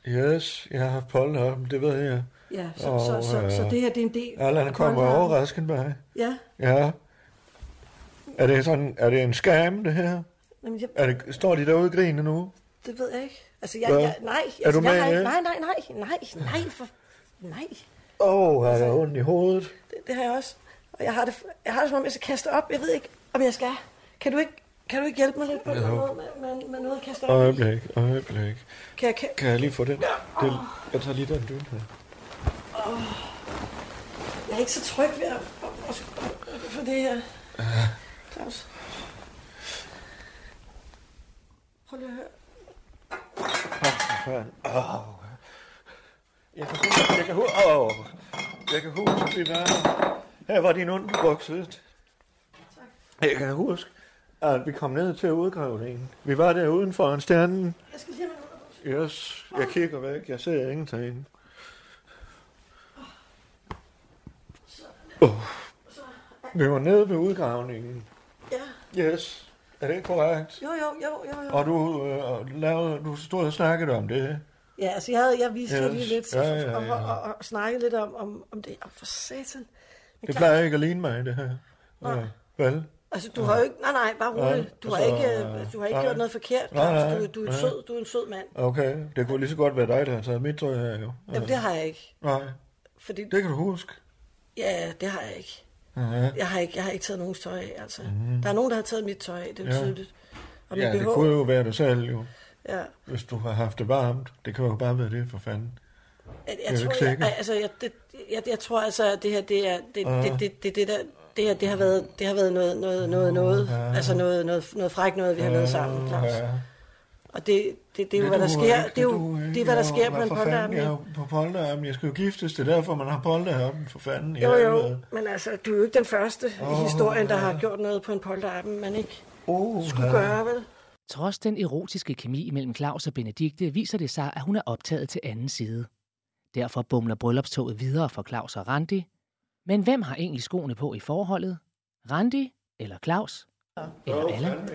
S3: yes, jeg har haft polterappen, det ved jeg.
S17: ja, så, oh, så, så,
S3: øh,
S17: så, så det her, det er en del
S3: Allan
S17: af
S3: kommer
S17: polterappen.
S3: overraskende mig.
S17: Ja,
S3: Ja. Er det sådan, er det en scam, det her?
S17: Jamen, jeg,
S3: Er det, står de derude og griner nu?
S17: det ved jeg ikke. Altså, jeg...
S3: Hvad?
S17: jeg nej, altså,
S3: Er du med i
S17: jeg, har ikke-
S3: det?
S17: nej, nej, nej, nej, nej, for... Nej,
S3: Åh, oh, har jeg ondt i hovedet?
S17: det, det har jeg også. Og jeg har det, jeg har det som om, jeg skal kaste op. Jeg ved ikke, om jeg skal. Kan du ikke, kan du ikke hjælpe mig lidt på
S3: Jo.
S17: noget med, med, med noget at kaste op? i?
S3: Øjeblik, øjeblik.
S17: Kan jeg, kan,
S3: Kan jeg lige få den? den jeg tager lige den dyne her.
S17: Åh. Ja, er ikke så tryg ved at, at, at, at for det her. Claus. Prøv lige at høre.
S3: Åh. Jeg kan huske, jeg kan huske, åh. jeg kan huske, vi var her, var din underbukse. Jeg kan huske, at vi kom ned til udgravningen. Vi var der uden for en stjerne.
S17: Jeg skal lige have min
S3: Yes, jeg kigger væk, jeg ser ingenting. Oh. Vi var nede ved udgravningen.
S17: Ja.
S3: Yes, er det ikke korrekt?
S17: Jo, jo, jo, jo, jo.
S3: Og du, øh, lavede, du stod og snakkede om det.
S17: Ja, altså jeg, havde, jeg viste yes.
S3: Yes.
S17: lige lidt
S3: Ja, ja, ja.
S17: Og, og, og, og snakkede lidt om, om, om det. Og for satan. Men
S3: Det
S17: Claus-
S3: plejer ikke at ligne mig, det her.
S17: Nej.
S3: Ja, vel?
S17: Altså, du har jo ikke... Nej, nej, bare
S3: Nej,
S17: roligt. Du har
S3: altså,
S17: ikke, øh, du har ikke
S3: nej.
S17: gjort noget forkert,
S3: Nej,
S17: Claus.
S3: nej,
S17: Du, du, er en
S3: nej.
S17: sød, du er en sød mand.
S3: Okay, det kunne lige så godt være dig, der har taget mit tøj her, jo.
S17: Jamen, det har jeg ikke.
S3: Nej,
S17: Fordi,
S3: det kan du huske.
S17: Ja, det har jeg ikke.
S3: Ja.
S17: Jeg har ikke, jeg har ikke taget nogen tøj af, altså.
S3: Mhm.
S17: Der er nogen, der har taget mit tøj af, det er jo
S3: Ja.
S17: tydeligt. Og mit
S3: Ja, det
S17: BH.
S3: kunne jo være dig selv, jo.
S17: Ja.
S3: Hvis du har haft det varmt. Det kan jo bare være det, for fanden.
S17: Jeg,
S3: Det er jo
S17: jeg, tror,
S3: ikke
S17: jeg,
S3: sikkert.
S17: ej, altså, jeg, det, Ah. jeg, jeg tror altså, at det her, det er, det,
S3: Ja.
S17: det, det, det, det der, det her, det har været, det har været noget, noget, noget, noget, altså noget, noget, noget fræk noget, vi har lavet sammen, Claus. Og det, Ah, det, det er jo, hvad der sker, det er jo, det er, hvad der sker på en polterarm.
S3: Jeg er jo på polterarmen. Jeg skal jo giftes. Det er derfor, man har polterarmen, for fanden. i
S17: Jo, jo,
S3: helvede.
S17: men altså, du er jo ikke den første i historien, der har gjort noget på en polterappen, man ikke skulle gøre, vel?
S1: Trods den erotiske kemi mellem Claus og Benedikte viser det sig, at hun er optaget til anden side. Derfor bumler bryllupstoget videre for Claus og Randi. Men hvem har egentlig skoene på i forholdet? Randi eller Claus? Eller Allan?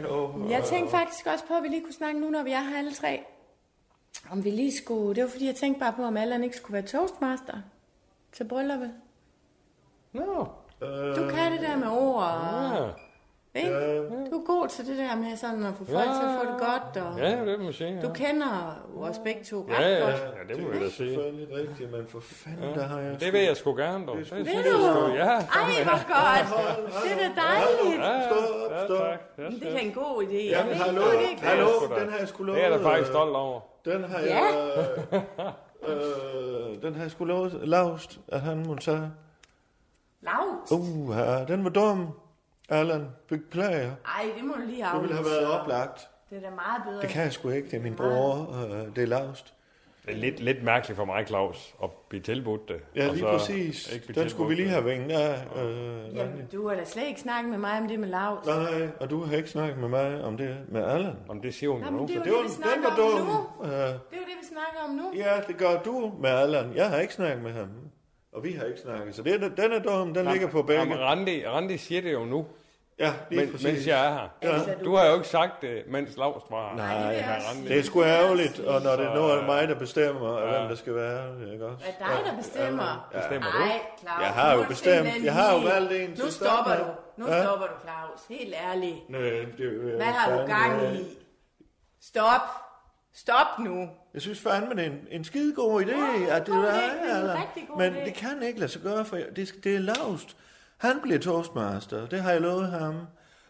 S15: Jeg tænkte faktisk også på, at vi lige kunne snakke nu, når vi er her alle tre. Om vi lige skulle... Det var fordi, jeg tænkte bare på, om Allan ikke skulle være toastmaster til brylluppet.
S10: Nå.
S15: Du kan det der med ord. Og, ikke?
S10: Ja.
S15: Du er god til det der med sådan at få folk
S10: Ja.
S15: til at få det godt. Og,
S10: Ja, det må man sige. Ja.
S15: Du kender jo os begge to
S10: Ja,
S15: ret
S10: ja,
S15: godt.
S10: ja, det må vi da sige.
S3: Det er selvfølgelig rigtigt, men for fanden, der har jeg...
S10: Det vil jeg sgu gerne, dog.
S3: skulle-
S15: Vil
S10: synes jeg
S15: du?
S10: sgu, Ja.
S15: Ej, hvor godt. Det er da dejligt.
S10: Ja, ja,
S3: Stop, stop.
S10: Ja,
S15: Det er da en god idé.
S3: Jamen,
S15: Det er en
S3: hallo,
S15: god idé, Claus.
S3: hallo,
S10: Det er sgu da-
S3: den har jeg sgu
S10: Det er jeg da
S3: lovet,
S10: faktisk
S3: øh,
S10: stolt over.
S3: Den har
S15: Ja.
S3: jeg...
S10: [LAUGHS]
S3: Øh, den har jeg sgu lovet Laust, at han måtte tage.
S15: Laust?
S3: Uh, den var dum. Allan, beklager.
S15: Ej, det må du lige aflyse.
S3: Det ville have været oplagt.
S15: Det er da meget bedre.
S3: Det kan jeg sgu ikke, det er min bror, øh, det er Laust.
S10: Det er lidt, lidt mærkeligt for mig, Claus, at blive tilbudt det.
S3: Ja,
S10: Og
S3: lige
S10: så
S3: præcis.
S10: Altså, ikke blive
S3: Den skulle vi
S10: tilbudt
S3: lige
S10: det.
S3: have vinget af. Øh, Randi.
S15: Jamen, du har da slet ikke snakket med mig om det med Laus.
S3: Nej, og du har ikke snakket med mig om det med Allan.
S10: Om det siger hun
S15: Nå, men det er jo
S3: Det var
S15: det, vi
S3: den
S15: snakker
S3: var dum.
S15: om nu.
S3: Øh,
S15: Det er jo det, vi snakker om nu.
S3: Ja, det gør du med Allan. Jeg har ikke snakket med ham. Og vi har ikke snakket. Så det, er- den er dum, den
S10: Nå,
S3: ligger på
S10: nå, men
S3: begge.
S10: Randi, Randi siger det jo nu.
S3: Ja, lige
S10: men,
S3: præcis.
S10: Mens jeg er her.
S3: Ja.
S10: Du har jo ikke sagt det, mens Claus var her.
S3: Altså, Nej,
S10: Men Randi-
S3: det er sgu ærgerligt, og når det
S10: Så,
S3: nu er
S10: øh,
S3: mig, der bestemmer, ja. hvem der skal være, ikke også?
S15: Er det dig, der bestemmer?
S3: Ja. Bestemmer du?
S15: Ej, Claus.
S3: Jeg har
S15: nu
S3: jo
S15: er du
S3: bestemt.
S15: simpelthen
S3: Jeg har jo
S15: helt-
S3: valgt en til
S15: Nu
S3: at starte
S15: stopper
S3: med.
S15: du. Nu
S3: Ja.
S15: stopper du, Claus. Helt ærligt.
S3: Nej, det er jo, øh,
S15: Hvad har du
S3: fandme-
S15: gang i? Stop. Stop nu.
S3: Jeg synes fandme, det er en, en skide god idé, at det
S15: god
S3: er
S15: idé,
S3: dig,
S15: det er en
S3: Allan.
S15: rigtig god
S3: Men
S15: idé.
S3: det kan ikke lade sig gøre, for jeg- det, skal- det er lavst. Han bliver toastmaster, det har jeg lovet ham.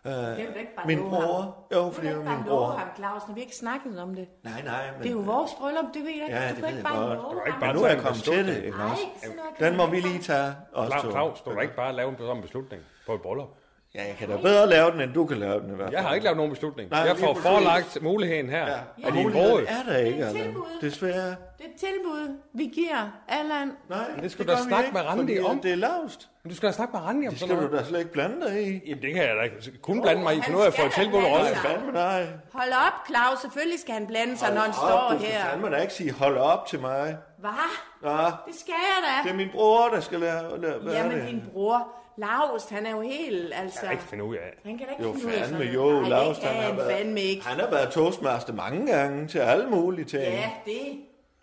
S3: Uh,
S15: Det er jo da ikke bare
S3: min
S15: love ham.
S3: bror. Jo, for
S15: Du
S3: det er
S15: kan
S3: jo
S15: ikke
S3: min
S15: bare love
S3: bror.
S15: ham, Claus, når vi ikke snakkede om det.
S3: Nej, nej, men...
S15: Det er jo vores bryllup, det ved jeg ikke.
S3: Ja, det
S15: du kan
S3: ved
S15: ikke
S3: jeg
S15: bare
S3: godt.
S15: love
S3: Du kan
S15: ham.
S3: ikke bare Nu er jeg kommet til det, ikke
S15: Nej,
S3: også?
S15: sådan noget kan
S3: Den må
S15: man
S3: vi
S15: ikke
S3: lige tage også.
S10: Claus, Claus, du kan ikke bare lave en sådan beslutning på et bryllup.
S3: Ja, jeg kan da bedre lave den, end du kan lave den i hvert fald.
S10: Jeg har ikke lavet nogen beslutning.
S3: Nej,
S10: Nej, jeg
S3: lige
S10: får
S3: præcis.
S10: forelagt muligheden her. Ja.
S3: Og
S10: din
S3: muligheden
S10: bror.
S3: er der ikke, Allan.
S15: tilbud.
S3: Desværre.
S15: Det er et tilbud, vi giver Allan.
S3: Nej,
S10: Men det skal
S3: det
S10: du da
S3: gør vi
S10: snakke
S3: ikke,
S10: med Randi
S3: fordi
S10: om.
S3: Det er lavst.
S10: Men du skal da snakke med Randi om
S3: Det
S10: sådan
S3: skal
S10: noget.
S3: du da slet ikke blande dig i.
S10: Jamen, det kan jeg da ikke kun blande mig i, for
S15: han
S10: nu har jeg
S15: skal
S10: fået
S15: da
S10: tilbudt
S15: blande
S10: rollen.
S3: Nej, fandme nej.
S15: Hold op, Claus. Selvfølgelig skal han blande sig, når han
S3: Hold
S15: står
S3: op, Du
S15: her.
S3: skal fandme da ikke sige, hold op til mig.
S15: Hvad?
S3: Nå,
S15: Det skal jeg da.
S3: det er min bror, der skal lære, lære hvad
S15: Jamen,
S3: er det?
S15: din bror, Laust, han er jo helt, altså...
S3: Jeg kan ikke
S10: finde ud af.
S15: Han kan da ikke
S3: Jo,
S15: finde ud af
S3: fandme,
S15: sådan
S3: jo,
S15: noget. Nej,
S3: Laust,
S15: det kan
S3: han har
S15: han fandme
S3: været,
S15: ikke.
S3: han har været toastmaster mange gange til alle mulige ting.
S15: Ja, det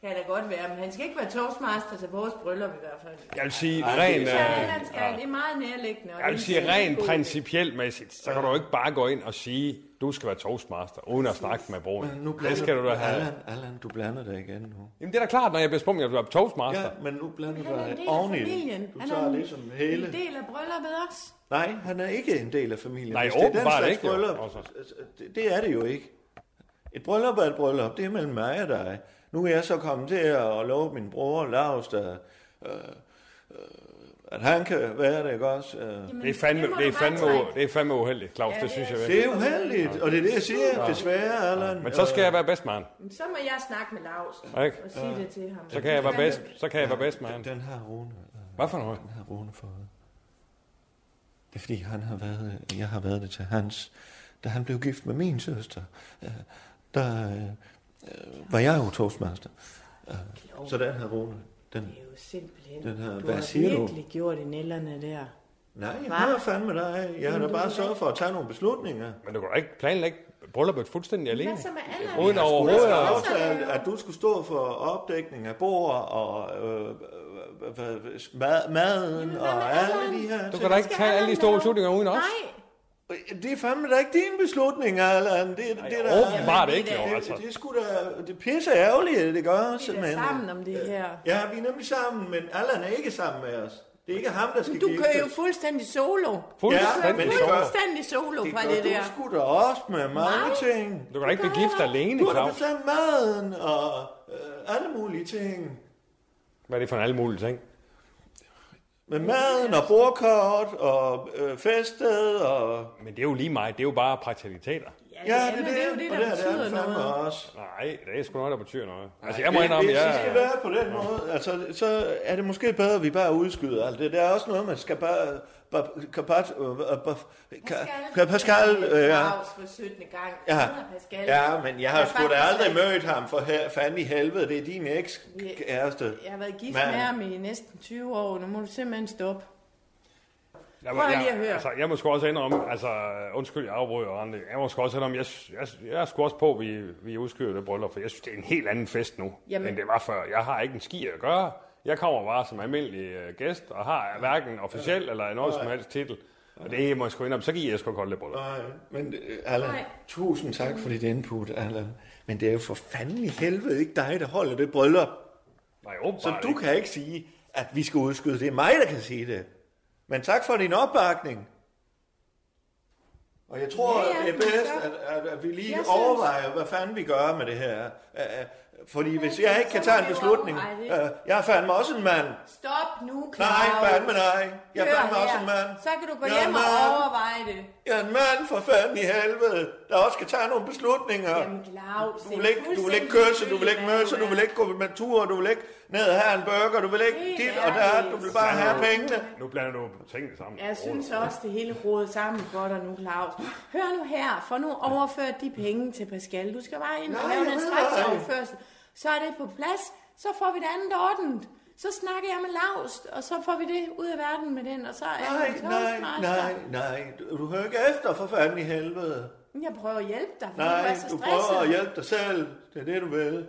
S15: kan da godt være, men han skal ikke være toastmaster til vores bryllup i hvert fald.
S10: Jeg vil sige,
S3: Ej,
S10: ren,
S15: Det
S10: øh,
S15: synes jeg, Allan skal.
S10: ja.
S15: Det er meget nærliggende. og
S10: jeg vil
S15: det
S10: sige,
S15: synes er en
S10: rent
S15: god idé.
S10: principielt mæssigt, så kan du jo ikke bare gå ind og sige, du skal være toastmaster, uden at snakke med broen.
S3: Men nu blander
S10: det skal du da have.
S3: Allan, Allan, du blander dig igen nu.
S10: Jamen, det er da klart, når jeg bliver spurgt, om jeg bliver toastmaster.
S3: Ja, men nu blander
S15: Han er
S3: du
S15: en
S3: dig
S15: del af
S3: oveni.
S15: familien.
S3: Du
S15: Han er
S3: tager
S15: en-
S3: ligesom hele.
S15: En del af brylluppet også.
S3: Nej, han er ikke en del af familien.
S10: Nej,
S3: Hvis det er den
S10: åbenbart
S3: slags
S10: ikke, jo.
S3: Bryllup,
S10: Altså.
S3: øh, det, det er det jo ikke. Et bryllup er et bryllup. Det er mellem mig og dig. Nu er jeg så kommet til at love min bror, Lars, der, øh, øh, At han kan være det, ikke også? Øh.
S2: Det er fandme, det er fandme, det er fandme uheldigt, Claus,
S3: Ja,
S2: det synes jeg
S3: det er-
S2: virkelig.
S3: Det er uheldigt, og det er det, jeg siger, desværre, Allan.
S2: Men så skal jeg være bedstmand.
S15: Men Så må jeg snakke med Lars
S2: Ikke?
S15: og sige det til ham.
S2: Så kan jeg være
S15: Han-
S2: bedst, så kan jeg være bedstmand.
S3: Den her Rune.
S2: Hvad for noget?
S3: Den her Rune for Det er fordi, han har været, jeg har været det til hans, da han blev gift med min søster. Øh, Der øh, øh, var jeg jo toastmaster. Øh, Så den her Rune, den,
S15: Det er jo simpelthen.
S3: den her,
S15: du
S3: hvad
S15: har
S3: siger du?
S15: virkelig gjort i nælderne der.
S3: Nej, jeg
S15: Hva?
S3: har fandme dig. Jeg har da
S15: Men du
S3: bare
S15: har
S3: sørget for at tage nogle beslutninger.
S2: Men du kan da ikke planlægge brylluppet fuldstændig alene.
S15: Hvad så med Allan?
S3: Jeg
S2: Uden
S3: skulle
S2: overhovedet
S3: da
S2: at-
S3: have aftalt, at du skulle stå for opdækning af bord og øh, øh, øh, øh, mad, maden og alle de her
S2: Du kan da ikke tage alle de store beslutninger uden os.
S3: Nej. Det er fandme da ikke din beslutning, Allan. Det, det, det, der,
S2: åbenbart ikke, jo, altså.
S3: Det, det, skulle da, det er pisse ærgerligt, at det gør.
S15: Vi er da
S3: simpelthen.
S15: sammen om det her.
S3: Ja, vi er nemlig sammen, men Allan er ikke sammen med os. Det er ikke ham, der skal
S15: Du
S3: giftes.
S15: kører jo fuldstændig solo.
S3: Fuldstændig
S15: Du kører
S3: solo.
S15: fuldstændig solo
S3: Det
S15: fra
S3: gør
S15: det
S3: du
S15: der.
S3: sgu da også med mange
S15: Nej.
S3: ting.
S2: Du kan da ikke blive gift alene,
S3: Du har da
S2: Claus.
S3: bestemt maden og øh, alle mulige ting.
S2: Hvad er det for en alle mulige ting?
S3: Med maden og bordkort og øh, festet og...
S2: Men det er jo lige mig, det er jo bare praktikaliteter.
S3: Ja, det er det, det, er det,
S15: der
S3: og det, er
S15: betyder
S3: det, fandme
S2: noget.
S3: også.
S2: Nej, det er sgu noget, der betyder noget. Altså, jeg må
S3: Hvis-
S2: indrømme,
S3: hvis det skal
S2: jeg...
S3: være på den måde, altså, så er det måske bedre, at vi bare udskyder alt det. Der er også noget, man skal bare... bare kan, bare, øh, bare kan, kan Pascal... Øh, ja.
S15: Claus for 17. gang.
S3: Ja.
S15: Sådan er Pascal.
S3: ja, men jeg har
S15: er
S3: sgu da
S15: faktisk
S3: aldrig
S15: ikke-
S3: mødt ham, for her, fanden i helvede, det er din ekskæreste.
S15: Jeg har været gift
S3: Mand.
S15: med ham i næsten 20 år. Nu må du simpelthen stoppe.
S2: Jeg,
S15: Prøv lige at
S2: jeg,
S15: høre.
S2: altså, jeg må sgu også indrømme, altså, undskyld, jeg afbryder og andet. Jeg må sgu også indrømme, jeg, jeg, jeg er sgu også på, at vi, vi udskyder det bryllup, for jeg synes, det er en helt anden fest nu, Jamen.
S18: Jamen.
S2: end det var før. Jeg har ikke en ski at gøre. Jeg kommer bare som almindelig øh, gæst, og har hverken officiel eller noget som helst titel. Og det må jeg sgu indrømme, så giver jeg sgu godt lidt bryllup.
S3: Nej, men øh, Allan, tusind tak
S15: Mm.
S3: for dit input, Allan. Men det er jo for fanden i helvede ikke dig, der holder det bryllup.
S2: Nej, åbenbart
S3: Så du
S2: ikke.
S3: kan ikke sige, at vi skal udskyde. Det er mig, der kan sige det. Men tak for din opbakning. Og jeg tror,
S12: Ja,
S3: ja,
S12: ja,
S3: ja, det er
S12: men
S3: bedst,
S12: så-
S3: at, at, at vi lige
S12: Jeg
S3: jeg
S12: synes-
S3: overvejer, synes... hvad fanden vi gør med det her. Øh, øh, Fordi hvis jeg ikke kan tage en beslutning,
S15: overveje det.
S3: øh, jeg er fandme også en mand.
S15: Stop nu, Claus.
S3: Nej, fandme nej. Jeg er
S15: Hør
S3: fandme også
S15: her.
S3: en mand.
S15: Så kan du gå
S3: Jeg er
S15: hjem og
S3: en mand.
S15: overveje det.
S3: Jeg er en mand for fanden i helvede, der også skal tage nogle beslutninger.
S15: Jamen, Claus,
S3: du vil ikke, du vil ikke kysse, du vil ikke møse, du vil ikke gå med tur, du vil ikke ned og have en burger, du vil ikke dit og der, du vil bare have pengene.
S2: Nu blander du tingene sammen.
S15: Jeg synes også, det hele rodet sammen for dig nu, Claus. Hør nu her, for nu overført de penge til Pascal. Du skal bare ind og
S16: Nej,
S15: lave
S16: jeg
S15: den
S16: ved det ikke.
S15: straksoverførsel. Så er det på plads, så får vi det andet ordent. Så snakker jeg med Lars, og så får vi det ud af verden med den, og så er
S3: Nej,
S15: det
S3: nej, nej, nej, du du hører ikke efter for fanden i helvede.
S15: Jeg prøver at hjælpe dig, for du
S3: Nej,
S15: er så
S3: du
S15: stresset.
S3: prøver at hjælpe dig selv, det er det du vil.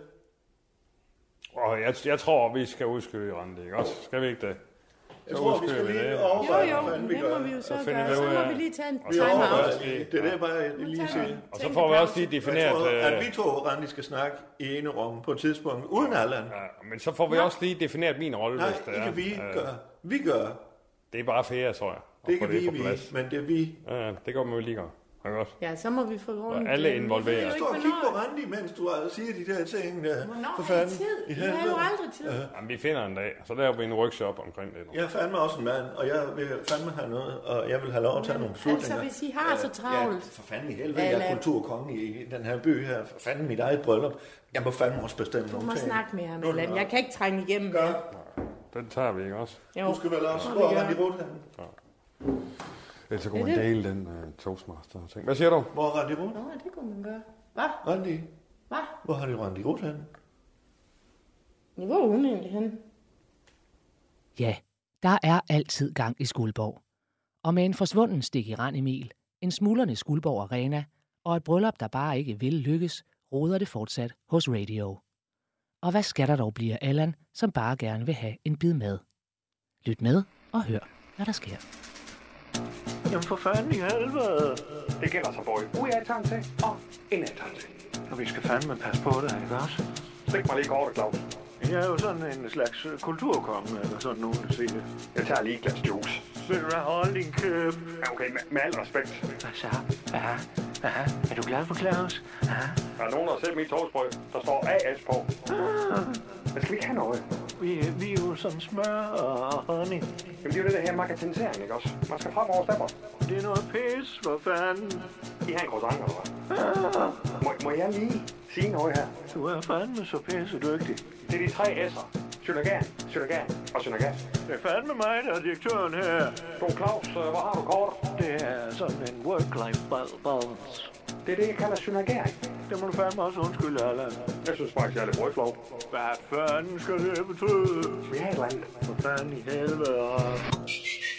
S2: Og jeg, jeg tror, vi skal udskyde rente, ikke også? Skal vi ikke det?
S3: Jeg tror, vi skal lige overveje,
S15: Jo, jo,
S3: hvad fanden vi
S15: det må
S3: gør.
S15: vi jo så
S2: Så finder
S15: gøre.
S2: vi
S15: Så
S2: ud af-
S15: må vi lige tage en
S3: Vi overvejer
S15: time-out.
S3: lige. Det er det bare, jeg lige siger.
S2: Og så får vi også lige defineret...
S3: Jeg tror, at
S2: øh,
S3: vi to, Randi, skal snakke i ene rum på et tidspunkt, uden Allan.
S2: Ja, men så får vi også lige defineret min rolle,
S3: Nej,
S2: hvis det
S3: ikke
S2: er.
S3: vi
S2: Øh,
S3: gør. Vi gør.
S2: Det er bare fair, tror jeg. at
S3: Det er
S2: få
S3: ikke vi,
S2: på
S3: vi,
S2: plads.
S3: men det er vi.
S2: Ja, ja, det går man jo lige godt. Ja, godt.
S15: Ja, så må vi få rundt.
S2: Og alle involveret.
S3: Jeg står og kigger på Randi, mens du øh, siger de der ting. Der.
S15: Hvornår
S3: For
S15: har I
S3: fanden.
S15: tid?
S3: I
S15: I har jo
S3: helvede.
S15: aldrig tid.
S3: Ja.
S2: Jamen, vi finder en dag, og så laver vi en workshop omkring det.
S3: Jeg er fandme også en mand, og jeg vil fandme have noget, og jeg vil have lov at tage nogle
S15: Altså,
S3: beslutninger.
S15: hvis I har så travlt.
S3: Ja, for fanden i helvede, jeg er
S15: Allan.
S3: kulturkonge i den her by her. For fanden mit eget bryllup. Jeg må fandme også bestemme
S15: Du
S3: nogle
S15: må
S3: ting.
S15: snakke med ham,
S3: Nu er det
S15: Allan.
S3: nok.
S15: Jeg kan ikke trænge igennem. Ja.
S2: Den tager vi, ikke også?
S15: Jo.
S3: Du skal vel også
S15: Nå,
S3: gå
S15: vi gør.
S3: rundt i Rothanden.
S2: Ellers så
S15: kunne Det er man det.
S2: den uh, Toastmaster-ting. Hvad siger du?
S3: Hvor er Randi Roth?
S15: Nå, det kunne man gøre. Hvad?
S3: Randi,
S15: Hvad?
S3: hvor har de Randi Roth henne?
S15: Ja, Hvor er hun egentlig henne?
S1: Ja, der er altid gang i Skuldborg. Og med en forsvunden stik i rand Emil, en smuldrende Skuldborg Arena og et bryllup, der bare ikke vil lykkes, roder det fortsat hos Radio. Og hvad skal der dog blive af Allan, som bare gerne vil have en bid med? Lyt med og hør, hvad der sker.
S12: Jamen for fanden i helvede.
S2: Det gælder sig, boy.
S12: Ud af tanke og ind af tanke. Og vi skal fandme passe på dig, ikke også?
S2: Stik mig lige kortet, Claus.
S12: Jeg er jo sådan en slags øh, kulturkonge, eller sådan nogen vil sige det.
S2: Jeg tager lige et glas juice.
S12: Vil du hvad, hold din kæft?
S2: Ja, okay, med, med al respekt.
S12: Hvad så? Ja,
S3: Aha. Er du glad for Claus? Aha.
S2: Der er nogen, der har set mit toastbrød. Der står AS på.
S3: Ah. Men skal vi ikke have noget? Vi, vi er jo som smør og honning. Jamen det er jo det der her marketingisering, ikke også? Man skal frem over stemmer. Det er noget pis, for fanden. I har en croissant, eller hvad? Ah. Må, må jeg lige sige noget her? Du er fandme så pisse dygtig. Det er de tre S'er. Synergan, Synergan og Synergan. Det er fandme mig, der er direktøren her. Du Claus, øh, hvor har du kort? Det er sådan en work-life bal- balance. Det er det, jeg kalder synergering. Det må du fandme også undskylde, Allan. Jeg synes faktisk, jeg er lidt brødflov. Hvad fanden skal det betyde? Vi har et eller andet. For fanden i helvede.